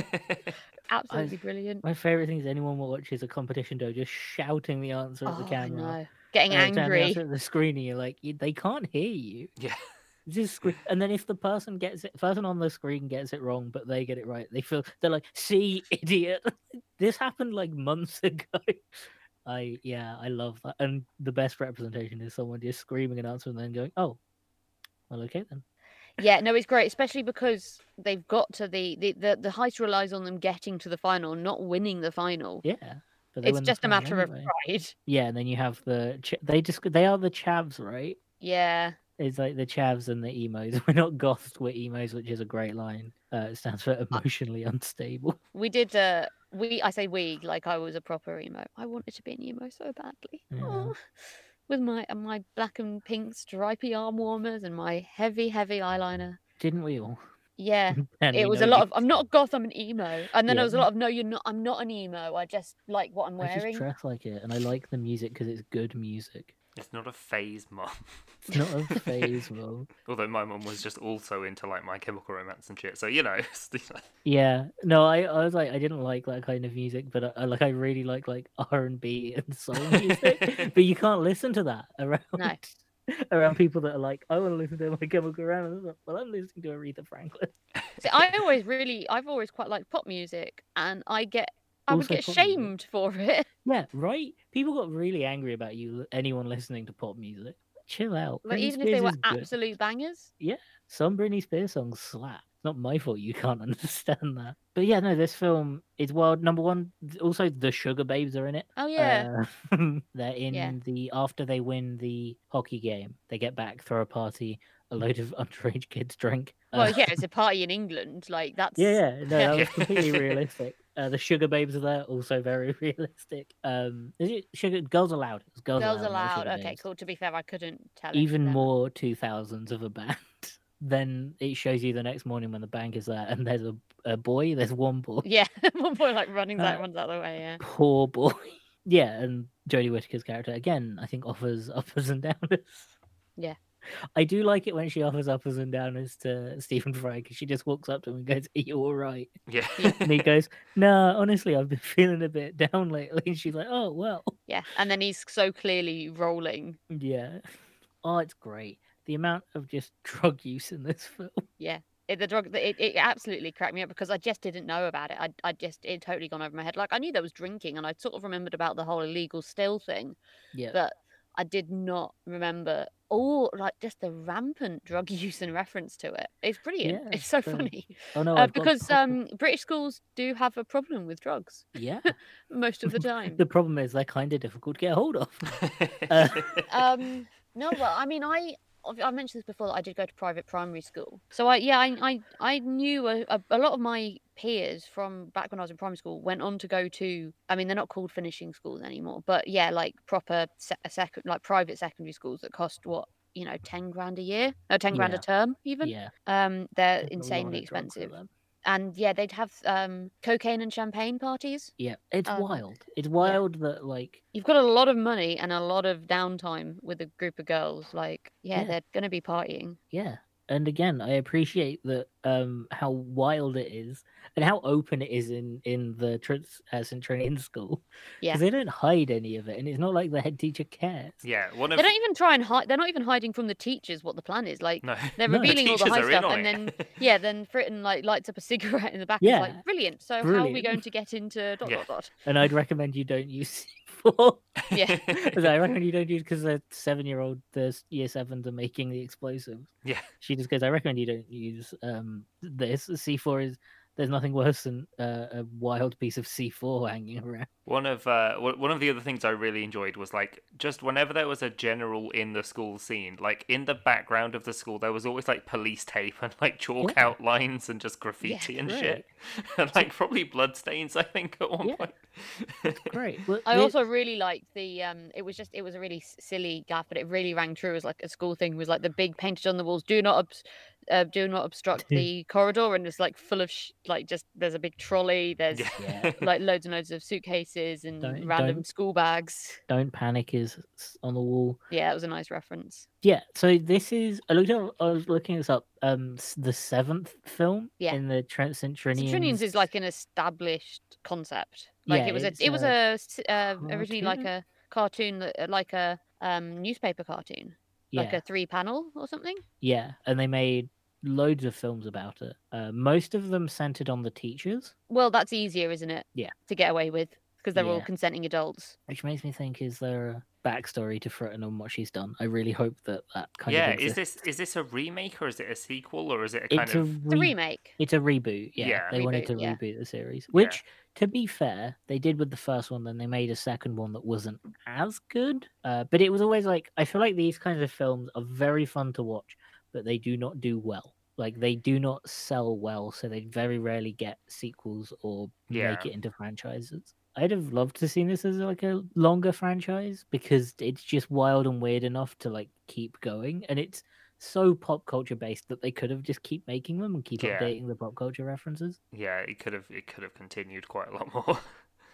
C: Absolutely brilliant.
B: My favorite thing is anyone who watches a competition though, just shouting the answer at the
C: Oh, I
B: camera.
C: know. Getting
B: and every time they
C: angry.
B: answer at the screen, and you're like, "You- they can't hear you.
A: *laughs* yeah.
B: It's Just scre- and then if the person gets it, person on the screen gets it wrong, but they get it right, they feel they're like, "See, *laughs* idiot." this happened like months *laughs* ago. I yeah, I love that. And the best representation is someone just screaming an answer and then going, "Oh, well, okay then."
C: Yeah, no, it's great, especially because they've got to the the, the the heist relies on them getting to the final, not winning the final.
B: Yeah, but
C: it's just a matter
B: of
C: of pride.
B: yeah. And then you have the ch- they just they are the chavs, right?
C: Yeah,
B: It's like the chavs and the emos. *laughs* We're not goths, we're emos, which is a great line. Uh, it
C: *laughs*
B: stands for emotionally unstable.
C: we did. Uh, we I say we like I was a proper emo. I wanted to be an emo so badly.
B: Yeah.
C: Aw. With my and my black and pink stripy arm warmers and my heavy heavy eyeliner.
B: Didn't we all? *laughs*
C: Yeah,
B: And we
C: it was a
B: know
C: lot
B: you-
C: of I'm not a goth, I'm an emo. And then
B: Yeah.
C: there was a lot of no, you're not. I'm not an emo. I just like what I'm
B: I just
C: wearing.
B: dress like it, and I like the music because it's good music.
C: *laughs*
A: It's not a phase, mom.
B: It's not a phase, well.
A: Although my mum was just also into like My Chemical Romance and shit, so you know. *laughs* it's like-
B: Yeah, no, I, I was like, I didn't like that kind of music, but I, I like, I really like like R and B and
C: *laughs*
B: soul music. but you can't listen to that around *laughs* around people that are like, I want to listen to My Chemical Romance. It's like, Well, I'm listening to Aretha Franklin.
C: See, I always really, I've always quite liked pop music, and I get, I would
B: Also
C: get
B: pop music.
C: shamed for *laughs* it.
B: Yeah, right. People got really angry about you. li- Anyone listening to pop music, chill out.
C: Like,
B: Britney
C: even if they
B: Spears
C: were
B: is good.
C: absolute bangers,
B: some Britney Spears songs slap. It's not my fault you *laughs* can't understand that. But yeah, no, this film is wild. Number one, th- also the Sugar Babes are in it.
C: Oh yeah.
B: Uh, *laughs* they're in
C: Yeah.
B: the after they win the hockey game, they get back, throw a party, a load of *laughs* underage kids drink. Uh, *laughs*
C: well, yeah, it's a party in England. Like that's
B: yeah, yeah, no,
C: Yeah.
B: that was completely
C: *laughs*
B: realistic. Uh, the sugar babes are there, also very *laughs* realistic. Um, is it sugar girls allowed? It's girls,
C: girls
B: allowed. not
C: allowed.
B: Sugar
C: Okay,
B: Babes.
C: cool. To be fair, I couldn't tell. any
B: Even
C: of them.
B: more two thousands of a band. *laughs* then it shows you the next morning when the bank is there, and there's a, a boy. There's one boy,
C: *laughs* Yeah, *laughs* at one point like running that
B: Uh,
C: one's out the way. Yeah.
B: *laughs* poor boy. *laughs* yeah, and Jodie Whittaker's character again. I think offers *laughs* uppers and downers.
C: Yeah.
B: I do like it when she offers uppers and downers to Stephen Fry because she just walks up to him and goes, "Are you all right?"
A: *laughs* Yeah.
B: and he goes, "No, honestly, I've been *laughs* feeling a bit down lately." And she's like, "Oh well, *laughs*
C: Yeah, and then he's so clearly rolling.
B: yeah." Oh, it's great. The amount of just *laughs* drug use in this film.
C: It, the drug, it, it absolutely cracked me up because I just didn't know about it. I, I just, it had totally gone over my head. Like I knew there was drinking, and I sort of remembered about the whole illegal still thing,
B: Yeah,
C: but I did not remember all like just the rampant drug *laughs* use and reference to it. It's brilliant.
B: Yeah,
C: it's so
B: so-
C: funny
B: oh no,
C: uh,
B: I've got a *laughs*
C: because
B: problem.
C: um, British schools do have a problem with drugs *laughs*
B: yeah, *laughs*
C: most of the time.
B: the problem is they're kind of difficult to get hold of.
A: *laughs*
C: Uh,
B: *laughs*
C: um no well i mean i I've- i mentioned this before that i did go to private primary school so i yeah i i, I knew a, a, a lot of my peers from back when i was in primary school went on to go to i mean they're not called finishing schools anymore but yeah like proper se- a second like private secondary schools that cost what you know 10 grand a year no 10 grand
B: Yeah.
C: a term even
B: yeah,
C: um they're
B: there's a lot
C: insanely
B: of drugs for
C: expensive
B: them.
C: and yeah they'd have um cocaine and champagne parties
B: Yeah, it's
C: Um,
B: wild. It's wild that like
C: you've got a lot of money and a lot of downtime with a group of girls. Like, yeah,
B: Yeah.
C: they're gonna be partying.
B: yeah. And again, I appreciate that um how wild it is and how open it is in in the tr- uh, St. Trinian *laughs* school. 'Cause
C: Yeah.
B: they don't hide any of it, and it's not like the head teacher cares.
A: yeah. One of
C: They don't even try and hide. They're not even hiding from the teachers what the plan is. Like,
A: no.
C: they're
B: No. The
C: revealing all the
A: teachers
C: high
A: are in
C: stuff,
A: on
C: and
A: it.
C: then
A: *laughs*
C: yeah, then Fritton like lights up a *laughs* cigarette in the back. and is
B: Yeah.
C: like brilliant. So how are we
B: Brilliant.
C: going to get into dot
A: Yeah.
C: dot dot?
B: And I'd recommend you don't use *laughs* C4.
A: *laughs*
C: Yeah.
B: As I recommend you don't use because the seven-year-old, the s- year sevens are making the explosives.
A: Yeah.
B: She just goes, I recommend you don't use um this. C4 is there's nothing worse than uh, a wild piece of C4 hanging around.
A: One of uh, one one of the other things I really enjoyed was like just whenever there was a general in the school scene, like in the background of the school, there was always like police tape and like chalk
B: Yeah.
A: outlines and just graffiti and
B: right.
A: shit, *laughs* and like probably bloodstains. I think at one *laughs*
B: Yeah.
A: point.
B: Great. Well,
C: I
B: the-
C: also really liked the um it was just it was a really s- silly gaff but it really rang true as like a school thing was like the big painted on the walls do not obs- uh, do not
B: *laughs*
C: obstruct the corridor and it's like full of sh- like just there's a big trolley there's
B: Yeah.
C: *laughs* like loads and loads of suitcases and
B: Don't-
C: random
B: don't.
C: school bags.
B: don't panic is s- on the wall.
C: Yeah, that was a nice reference.
B: Yeah, so this is I looked up, I was looking this up. Um, s- the seventh film
C: Yeah.
B: in the Trent
C: Centurions is like an established concept. Like
B: Yeah,
C: it was a
B: it's
C: it was a s- uh, originally like
B: cartoon.
C: a cartoon that- uh, like a um newspaper cartoon,
B: yeah,
C: like a three panel or something.
B: yeah, and they made loads of films about it. Uh, most of them centered on the teachers,
C: Well, that's easier, isn't it?
B: Yeah.
C: To get away with because they're all
B: Yeah.
C: consenting adults.
B: which makes me think: is there a backstory to Fritton on what she's done? I really hope that that kind
A: yeah,
B: of
A: is
B: exists.
A: this is this a remake or is it a sequel or is it a kind
B: it's
A: of
B: a,
C: It's a
B: re-
C: remake.
B: It's a reboot. Yeah,
A: Yeah.
B: they wanted
C: Reboot,
B: to
C: yeah.
B: reboot the series, which, to be fair, they did with the first one. Then they made a second one that wasn't as good. Uh, but it was always like I feel like these kinds of films are very fun to watch, but they do not do well. Like they do not sell well, so they very rarely get sequels or
A: Yeah.
B: make it into franchises. I'd have loved to seen this as like a longer franchise because it's just wild and weird enough to like keep going, and it's so pop culture based that they could have just keep making them and keep
A: Yeah.
B: updating the pop culture references.
A: yeah? It could have it could have continued quite a lot more.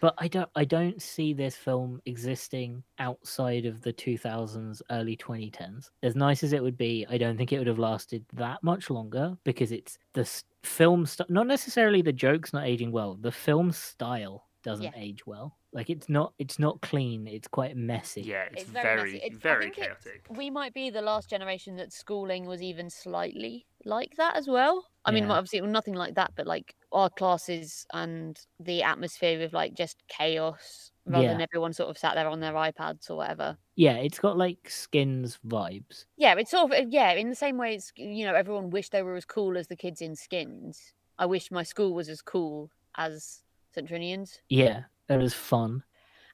B: But I don't I don't see this film existing outside of the 2000s early 2010s. As nice as it would be, I don't think it would have lasted that much longer because it's the s- film st- not necessarily the jokes not aging well. The film style doesn't
C: Yeah.
B: age well. Like it's not it's not clean, it's quite messy.
A: yeah, it's,
C: messy.
A: very
C: It's- I
A: very
C: think it's-
A: chaotic.
C: we might be the last generation that schooling was even slightly like that as well. I mean,
B: Yeah.
C: well, obviously, nothing like that, but like our classes and the atmosphere of like just chaos rather
B: Yeah.
C: than everyone sort of sat there on their iPads or whatever.
B: Yeah, it's got like skins vibes.
C: Yeah, it's sort of, uh, yeah, in the same way as, you know, everyone wished they were as cool as the kids in skins. I wish my school was as cool as St. Trinian's.
B: Yeah, it was fun.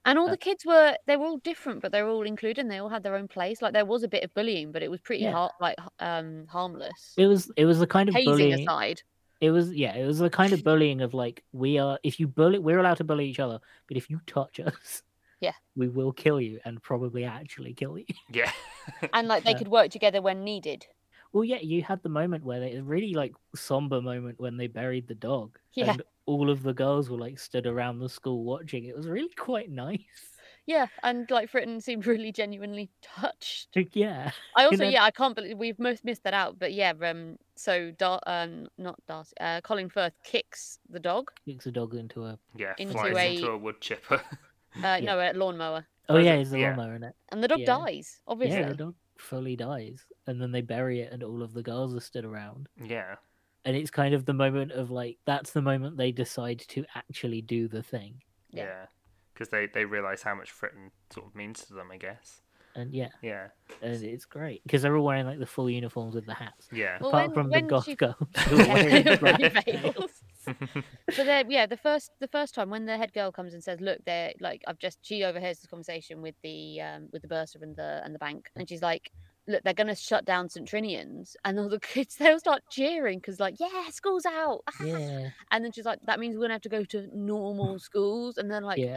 C: And all
B: Uh,
C: the kids were they were all different, but they were all included. and They all had their own place. Like there was a bit of bullying, but it was pretty
B: Yeah.
C: har- like h- um harmless.
B: It was it was the kind of
C: Hazing
B: bullying.
C: aside,
B: It was yeah, it was the kind of bullying of like we are if you bully we're allowed to bully each other, but if you touch us,
C: Yeah.
B: we will kill you and probably actually kill you. *laughs*
A: Yeah. *laughs*
C: and like they
B: Yeah.
C: could work together when needed.
B: Well, yeah, you had the moment where they a really like somber moment when they buried the dog.
C: Yeah.
B: And all of the girls were like stood around the school watching. It was really quite *laughs* nice.
C: Yeah, and like Fritton seemed *laughs* really genuinely touched.
B: Like, yeah.
C: I also
B: know-
C: yeah, I can't believe we've most missed that out. But yeah, um, so Dar- um not Darcy, uh, Colin Firth kicks the dog.
B: Kicks a dog into a
A: Yeah,
C: Into
A: flies into
C: a-
A: a wood chipper. *laughs*
C: Uh, No, a lawnmower,
B: Oh
A: is
B: yeah,
A: it?
B: it's the
A: Yeah.
B: lawnmower in it.
C: and the dog
B: Yeah.
C: dies. Obviously,
B: Yeah, the dog fully dies. And then they bury it and all of the girls are stood around.
A: yeah.
B: And it's kind of the moment of like that's the moment they decide to actually do the thing.
C: Yeah.
A: Yeah. Because they, they realise how much Fritton sort of means to them, I guess.
B: And yeah,
A: Yeah.
B: and it's great. Because they're all wearing like the full uniforms with the hats.
A: Yeah.
C: Well,
B: Apart
C: when-
B: from the
C: when
B: goth
C: she-
B: girls. *laughs* who are
C: *laughs* Yeah,
B: wearing
C: it
B: black
C: really
B: *laughs* veils.
C: fails. but then yeah the first the first time when the head girl comes and says look they're like i've just she overhears this conversation with the um with the bursar and the and the bank and she's like look they're gonna shut down st trinian's and all the kids *laughs* they'll start cheering because like yeah school's out ah."
B: Yeah.
C: and then she's like that means we're gonna have to go to
B: *laughs*
C: normal schools and then like
B: Yeah.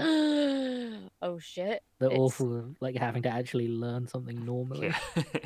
C: *gasps* oh shit
B: The
C: It's-
B: awful of like having to actually learn something normally.
A: *laughs* yeah. *laughs*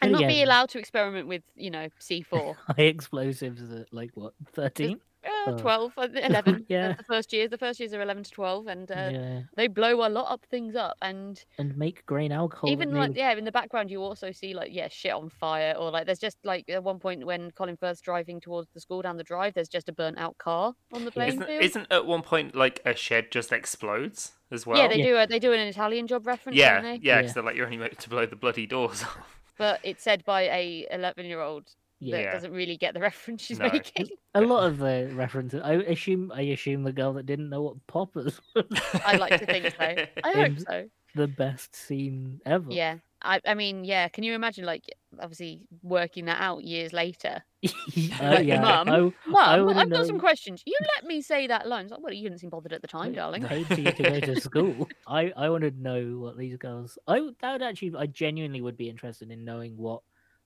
B: But
C: and not be
B: again-
C: allowed to experiment with you know
B: *laughs*
C: c4
B: High explosives at like what,
C: *laughs*
B: thirteen?
C: uh,
B: Oh.
C: 12 uh, 11
B: *laughs* Yeah.
C: yeah the first years the first years are 11 to 12 and uh,
B: yeah.
C: they blow a lot of things up and
B: And make grain alcohol. that
C: even
B: they-
C: like yeah in the background you also see like yeah shit on fire or like there's just like at one point when colin firth's driving towards the school down the drive there's just a burnt out car on the playing
A: Isn't,
C: field
A: isn't at one point like a shed just explodes as well?
C: yeah they do a, they do an italian job reference
A: Yeah,
C: don't they?
A: yeah,
B: Yeah.
A: because they're like you're only meant to blow the bloody doors off.
C: but it's said by a 11 year old that
A: Yeah.
C: doesn't really get the *laughs* reference she's
A: No. *laughs*
C: making
B: A lot of the references. I assume. I assume the girl that didn't know what poppers was *laughs*
C: I like to think so. i hope
B: And-
C: so
B: the best scene ever.
C: yeah I, I mean yeah can you imagine like obviously working that out years later *laughs*
B: oh
A: Like,
B: yeah.
C: "Mum,
B: I,
C: mum
B: wanna
C: i've got
B: know-
C: some questions you let me say that line it's like well you didn't seem bothered at
A: *laughs*
C: the time darling
B: I paid for you to go to
C: *laughs*
B: school. I I want to know what these girls. I would- that would actually. I genuinely would be interested in knowing what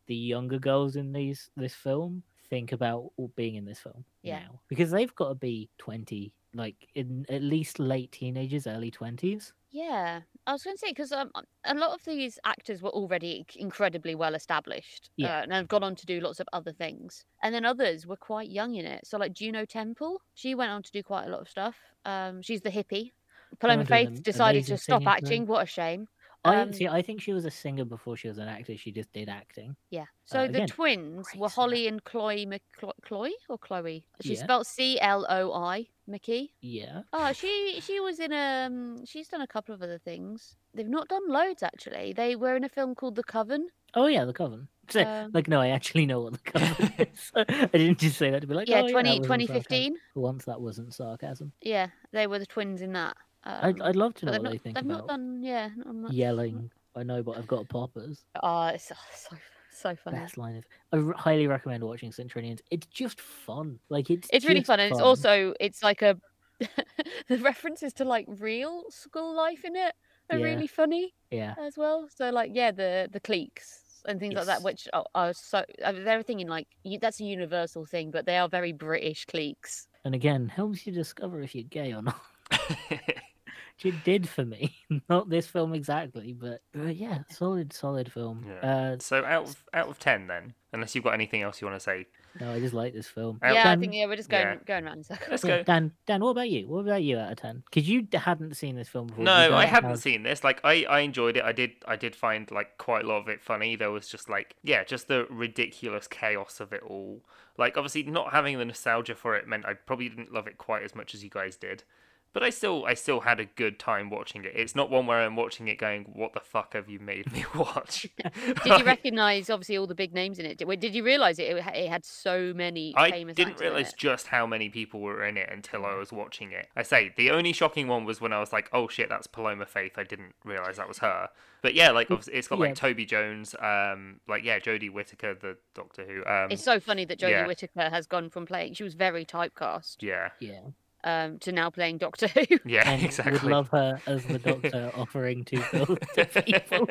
B: the younger girls in these this film think about all being in this film
C: Yeah.
B: now because they've got to be twenty, like in at least late teenagers, early twenties.
C: Yeah, I was going to say because um, uh, a lot of these actors were already c- incredibly well established,
B: Yeah.
C: uh, and have gone on to do lots of other things. And then others were quite young in it. So like Juno Temple, she went on to do quite a lot of stuff. Um, she's the hippie. Paloma
B: doing
C: Faith
B: am-
C: decided
B: amazing
C: to stop
B: singing career.
C: acting. What a shame.
B: I
C: Um,
B: see. I think she was a singer before she was an actor. She just did acting.
C: Yeah. So
B: uh, again,
C: the twins
B: great
C: were
B: singer.
C: Holly and Chloe McClo- Chloe or Chloe. She's
B: Yeah.
C: spelled C L O I McKee.
B: Yeah.
C: Oh, she she was in um she's done a couple of other things. They've not done loads actually. They were in a film called The Coven.
B: Oh yeah, the coven. *laughs* So,
C: Um,
B: like, no, I actually know what
C: *laughs*
B: the coven is. *laughs* I didn't just say that to be like,
C: yeah,
B: oh,
C: 20,
B: that wasn't sarcasm."
C: 2015.
B: Once that wasn't sarcasm.
C: Yeah, they were the twins in that.
B: I'd,
C: um,
B: I'd love to know what
C: but they've not,
B: they think
C: they've
B: about
C: not done, yeah, not done much.
B: yelling. I know, but I've got poppers.
C: Oh, it's oh, so so funny.
B: Best line of. I r- highly recommend watching Centurions. It's just fun. Like it's.
C: It's really
B: just
C: fun, and it's also it's like a *laughs* the references to like real school life in it are
B: Yeah.
C: really funny
B: yeah.
C: as well. So like yeah, the the cliques and things like that,
B: Yes.
C: which are, are so I mean, they're a thing in like you, that's a universal thing, but they are very British cliques.
B: And again, helps you discover if you're gay or *laughs* not.
A: *laughs*
C: *laughs*
B: Which it did for me. *laughs* not this film exactly, but, but yeah, solid, solid film.
A: Yeah.
B: Uh,
A: so out of out of ten then, unless you've got anything else you want to say.
B: no, I just like this film.
A: Out-
C: Yeah, I
B: Dan-
C: think yeah, we're just going
A: yeah.
C: going around
A: *laughs*
C: in circles.
A: Let's
B: Yeah,
A: go.
B: Dan, Dan, what about you? What about you out of 10? Because you d- hadn't seen this film before.
A: No, I
B: have
A: hadn't seen this. Like I, I enjoyed it. I did I did find like quite a lot of it funny. There was just like yeah, just the ridiculous chaos of it all. Like obviously not having the nostalgia for it meant I probably didn't love it quite as much as you guys did. But I still I still had a good time watching it. It's not one where I'm watching it going, "What the fuck have you made me *laughs* watch?"
C: Did you recognise obviously all the big names in it? Did, did you realise it? It ha- it had so many.
A: I
C: famous
A: didn't
C: actors in
A: realize
C: it. Mm.
A: just how many people were in it until I was watching it. I say the only shocking one was when I was like, "Oh shit, that's Paloma Faith." I didn't realize that was her. But yeah, like
B: Well,
A: obviously it's got
B: yeah.
A: like Toby Jones, um, like yeah, Jodie Whittaker, the Doctor Who. Um,
C: It's so funny that Jodie
A: yeah.
C: Whittaker has gone from playing. She was very typecast
A: yeah,
B: Yeah,
C: um, to now playing Doctor *laughs* Who.
A: *laughs* yeah,
B: and
A: exactly.
B: would love her as
A: *laughs*
B: the Doctor offering to build to people.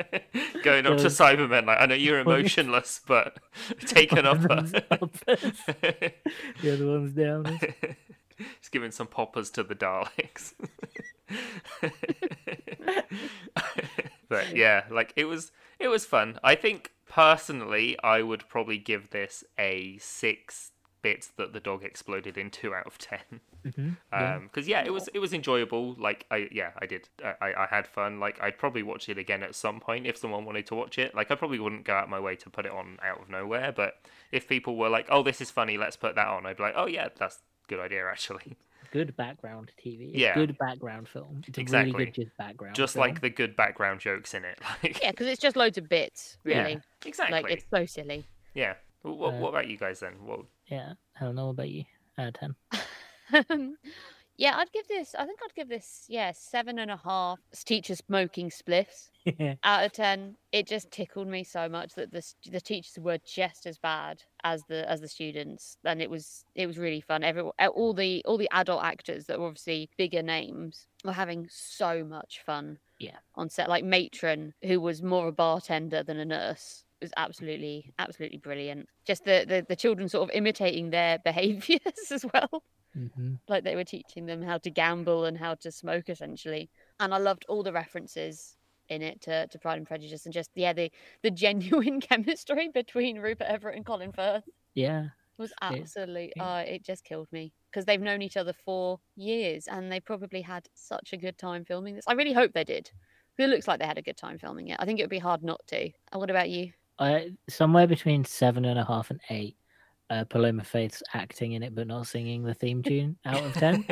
A: Going up to
B: Those-
A: Cybermen, like I know you're emotionless, but *laughs* take an upper.
B: One's uppers,
A: *laughs*
B: the other one's down.
A: He's giving some poppers to the Daleks. *laughs* but yeah, like it was it was fun. I think personally I would probably give this a six bits that the dog exploded in two out of ten.
B: Mm-hmm.
A: Um 'cause because yeah, it was it was enjoyable. Like I yeah, I did. I- I I had fun. Like I'd probably watch it again at some point if someone wanted to watch it. Like I probably wouldn't go out my way to put it on out of nowhere, but if people were like, "Oh, this is funny, let's put that on," I'd be like, "Oh yeah, that's a good idea actually." *laughs*
B: good background TV. It's
A: Yeah.
B: good background film. It's a
A: Exactly.
B: really good just background.
A: Just
B: film.
A: like the good background jokes in it. *laughs* Like
C: Yeah, because it's just loads of bits,
A: Yeah,
C: really.
A: exactly.
C: Like it's so silly.
A: Yeah. What,
B: Uh,
A: what about you guys then? What
B: yeah. I don't know about you. Out of ten.
C: *laughs* yeah, I'd give this. I think I'd give this. Yeah, seven and a half. Teacher smoking spliffs
B: yeah.
C: out of ten. It just tickled me so much that the st- the teachers were just as bad as the as the students, and it was it was really fun. Every all the all the adult actors that were obviously bigger names were having so much fun.
B: Yeah.
C: on set like matron who was more a bartender than a nurse. It was absolutely absolutely brilliant. Just the the, the children sort of imitating their *laughs* behaviours as well
B: hmm
C: like they were teaching them how to gamble and how to smoke essentially and i loved all the references in it to, to pride and prejudice and just yeah the the genuine *laughs* chemistry between rupert everett and colin firth
B: Yeah.
C: was
B: Yeah.
C: absolutely
B: Yeah.
C: uh, it just killed me because they've known each other for years and they probably had such a good time filming this i really hope they did it looks like they had a good time filming it i think it would be hard not to and what about you
B: I somewhere between seven and a half and eight. Uh, Paloma Faith's acting in it but not singing the *laughs* theme tune out of ten.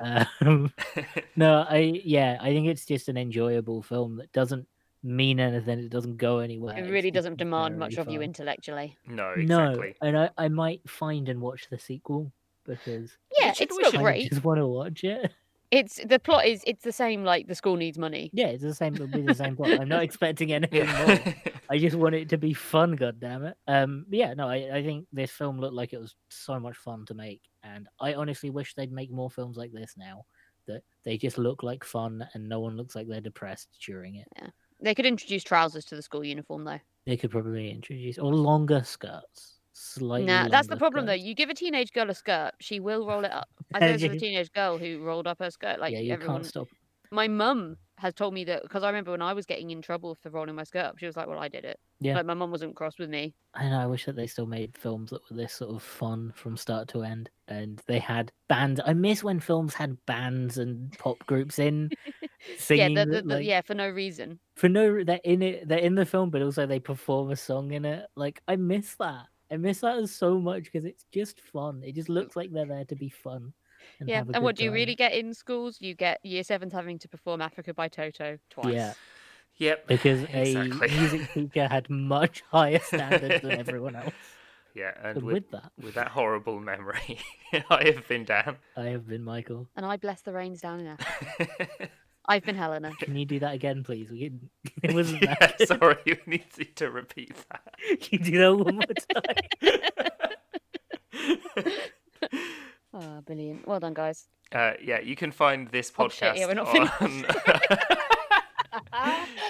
B: Um, *laughs* no, I yeah, I think it's just an enjoyable film that doesn't mean anything. It doesn't go anywhere.
C: it
B: it's
C: really
B: just
C: doesn't demand much
B: entirely
C: of you
B: fun.
C: intellectually
A: *laughs* no,
B: No,
A: exactly.
B: and I, I might find and watch the sequel because
C: yeah
A: should-
C: it's
A: we
C: not
A: should-
B: I
C: great
B: just want to watch it.
C: it's the plot is it's the same like the school needs money
B: Yeah, it's the same. It'll be the same plot. I'm
C: *laughs*
B: not expecting anything more.
A: Yeah.
B: I just want it to be fun. God damn it. Um. but Yeah. No. I, I think this film looked like it was so much fun to make, and I honestly wish they'd make more films like this now. That they just look like fun, and no one looks like they're depressed during it.
C: They could introduce trousers to the school uniform, though.
B: They could probably introduce or longer skirts. Slightly.
C: nah, that's the
B: longer
C: problem, though.
B: skirts.
C: You give a teenage girl a skirt, she will roll
B: *laughs*
C: it up. I think this was a
B: Yeah.
C: teenage girl who rolled up her skirt. Like
B: yeah, you
C: everyone.
B: can't stop.
C: My mum has told me that because I remember when I was getting in trouble for rolling my skirt up, she was like, "Well, I did it."
B: Yeah.
C: Like my mum wasn't cross with me.
B: I know. I wish that they still made films that were this sort of fun from start to end, and they had bands. I miss when films had bands and pop groups
C: *laughs*
B: in singing.
C: yeah, the, the,
B: that,
C: the,
B: like,
C: yeah, for no reason.
B: For no, re- they're in it. They're in the film, but also they perform a song in it. Like I miss that. I miss that so much because it's just fun. It just looks like they're there to be fun. And
C: yeah.
B: have a
C: And
B: good
C: what do you
B: time.
C: really get in schools? You get year sevens having to perform "Africa" by Toto twice.
B: Yeah.
A: *laughs* yep. *laughs*
C: *laughs*
B: Because
A: Exactly. *laughs*
B: a music teacher had much higher standards
C: *laughs*
B: than everyone else.
A: Yeah, and
B: But
A: with
B: with that,
A: with that horrible memory, *laughs* I have been down.
B: I have been Michael.
C: And I bless the rains down in Africa. I've
B: *laughs*
C: been Helena.
B: Can you do that again, please? We didn't. It wasn't
A: Yeah,
B: that.
A: *laughs*
B: good.
A: sorry, you need to, to repeat
B: *laughs* Can you do that one more time?
A: that. *laughs*
C: Oh, brilliant! Well done, guys.
B: *laughs*
A: uh, yeah, you can find this
C: Oh,
A: podcast
C: shit, yeah, we're not
A: on. *laughs*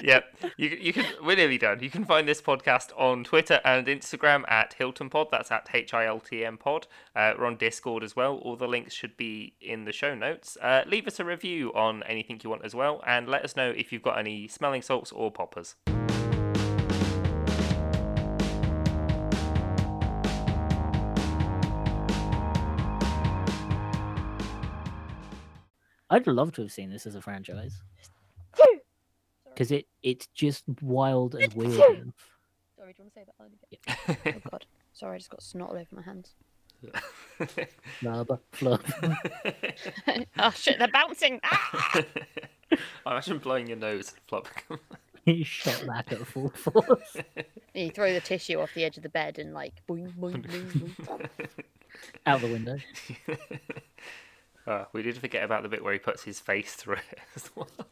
A: yep, you you can. We're nearly done. You can find this podcast on Twitter and Instagram at Hilton Pod. That's at H I L T M Pod. Uh, we're on Discord as well. All the links should be in the show notes. Uh, leave us a review on anything you want as well, and let us know if you've got any smelling salts or
C: *laughs*
A: poppers. *laughs*
B: I'd love to have seen this as a franchise because it it's just wild and weird.
C: *laughs* Sorry, do you want to say that line again? Oh god. Sorry, I just got snot all over my hands.
B: Flubber, flub.
C: *laughs*
B: *laughs*
C: oh shit, they're bouncing. Ah!
A: Imagine blowing your nose and flop.
B: he shot that at full *laughs* force.
C: You throw the tissue off the edge of the bed and like boing, boing, boing, boing. *laughs*
B: Out the window.
A: *laughs* Ah, we did forget about the bit where he puts his face through it as well.
C: Oh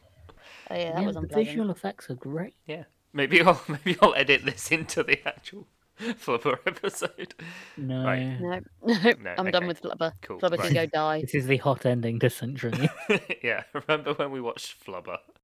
C: yeah, that
B: Yeah,
C: was
B: the
C: unpleasant.
B: visual effects are great.
A: Yeah. Maybe I'll maybe I'll edit this into the actual flubber episode. *laughs*
B: No.
C: No, *laughs* no,
A: No,
C: I'm done
A: okay.
C: with Flubber.
A: Cool,
C: Flubber
A: right.
C: can go die.
B: This is the hot ending to Century.
A: yeah, remember when we watched Flubber?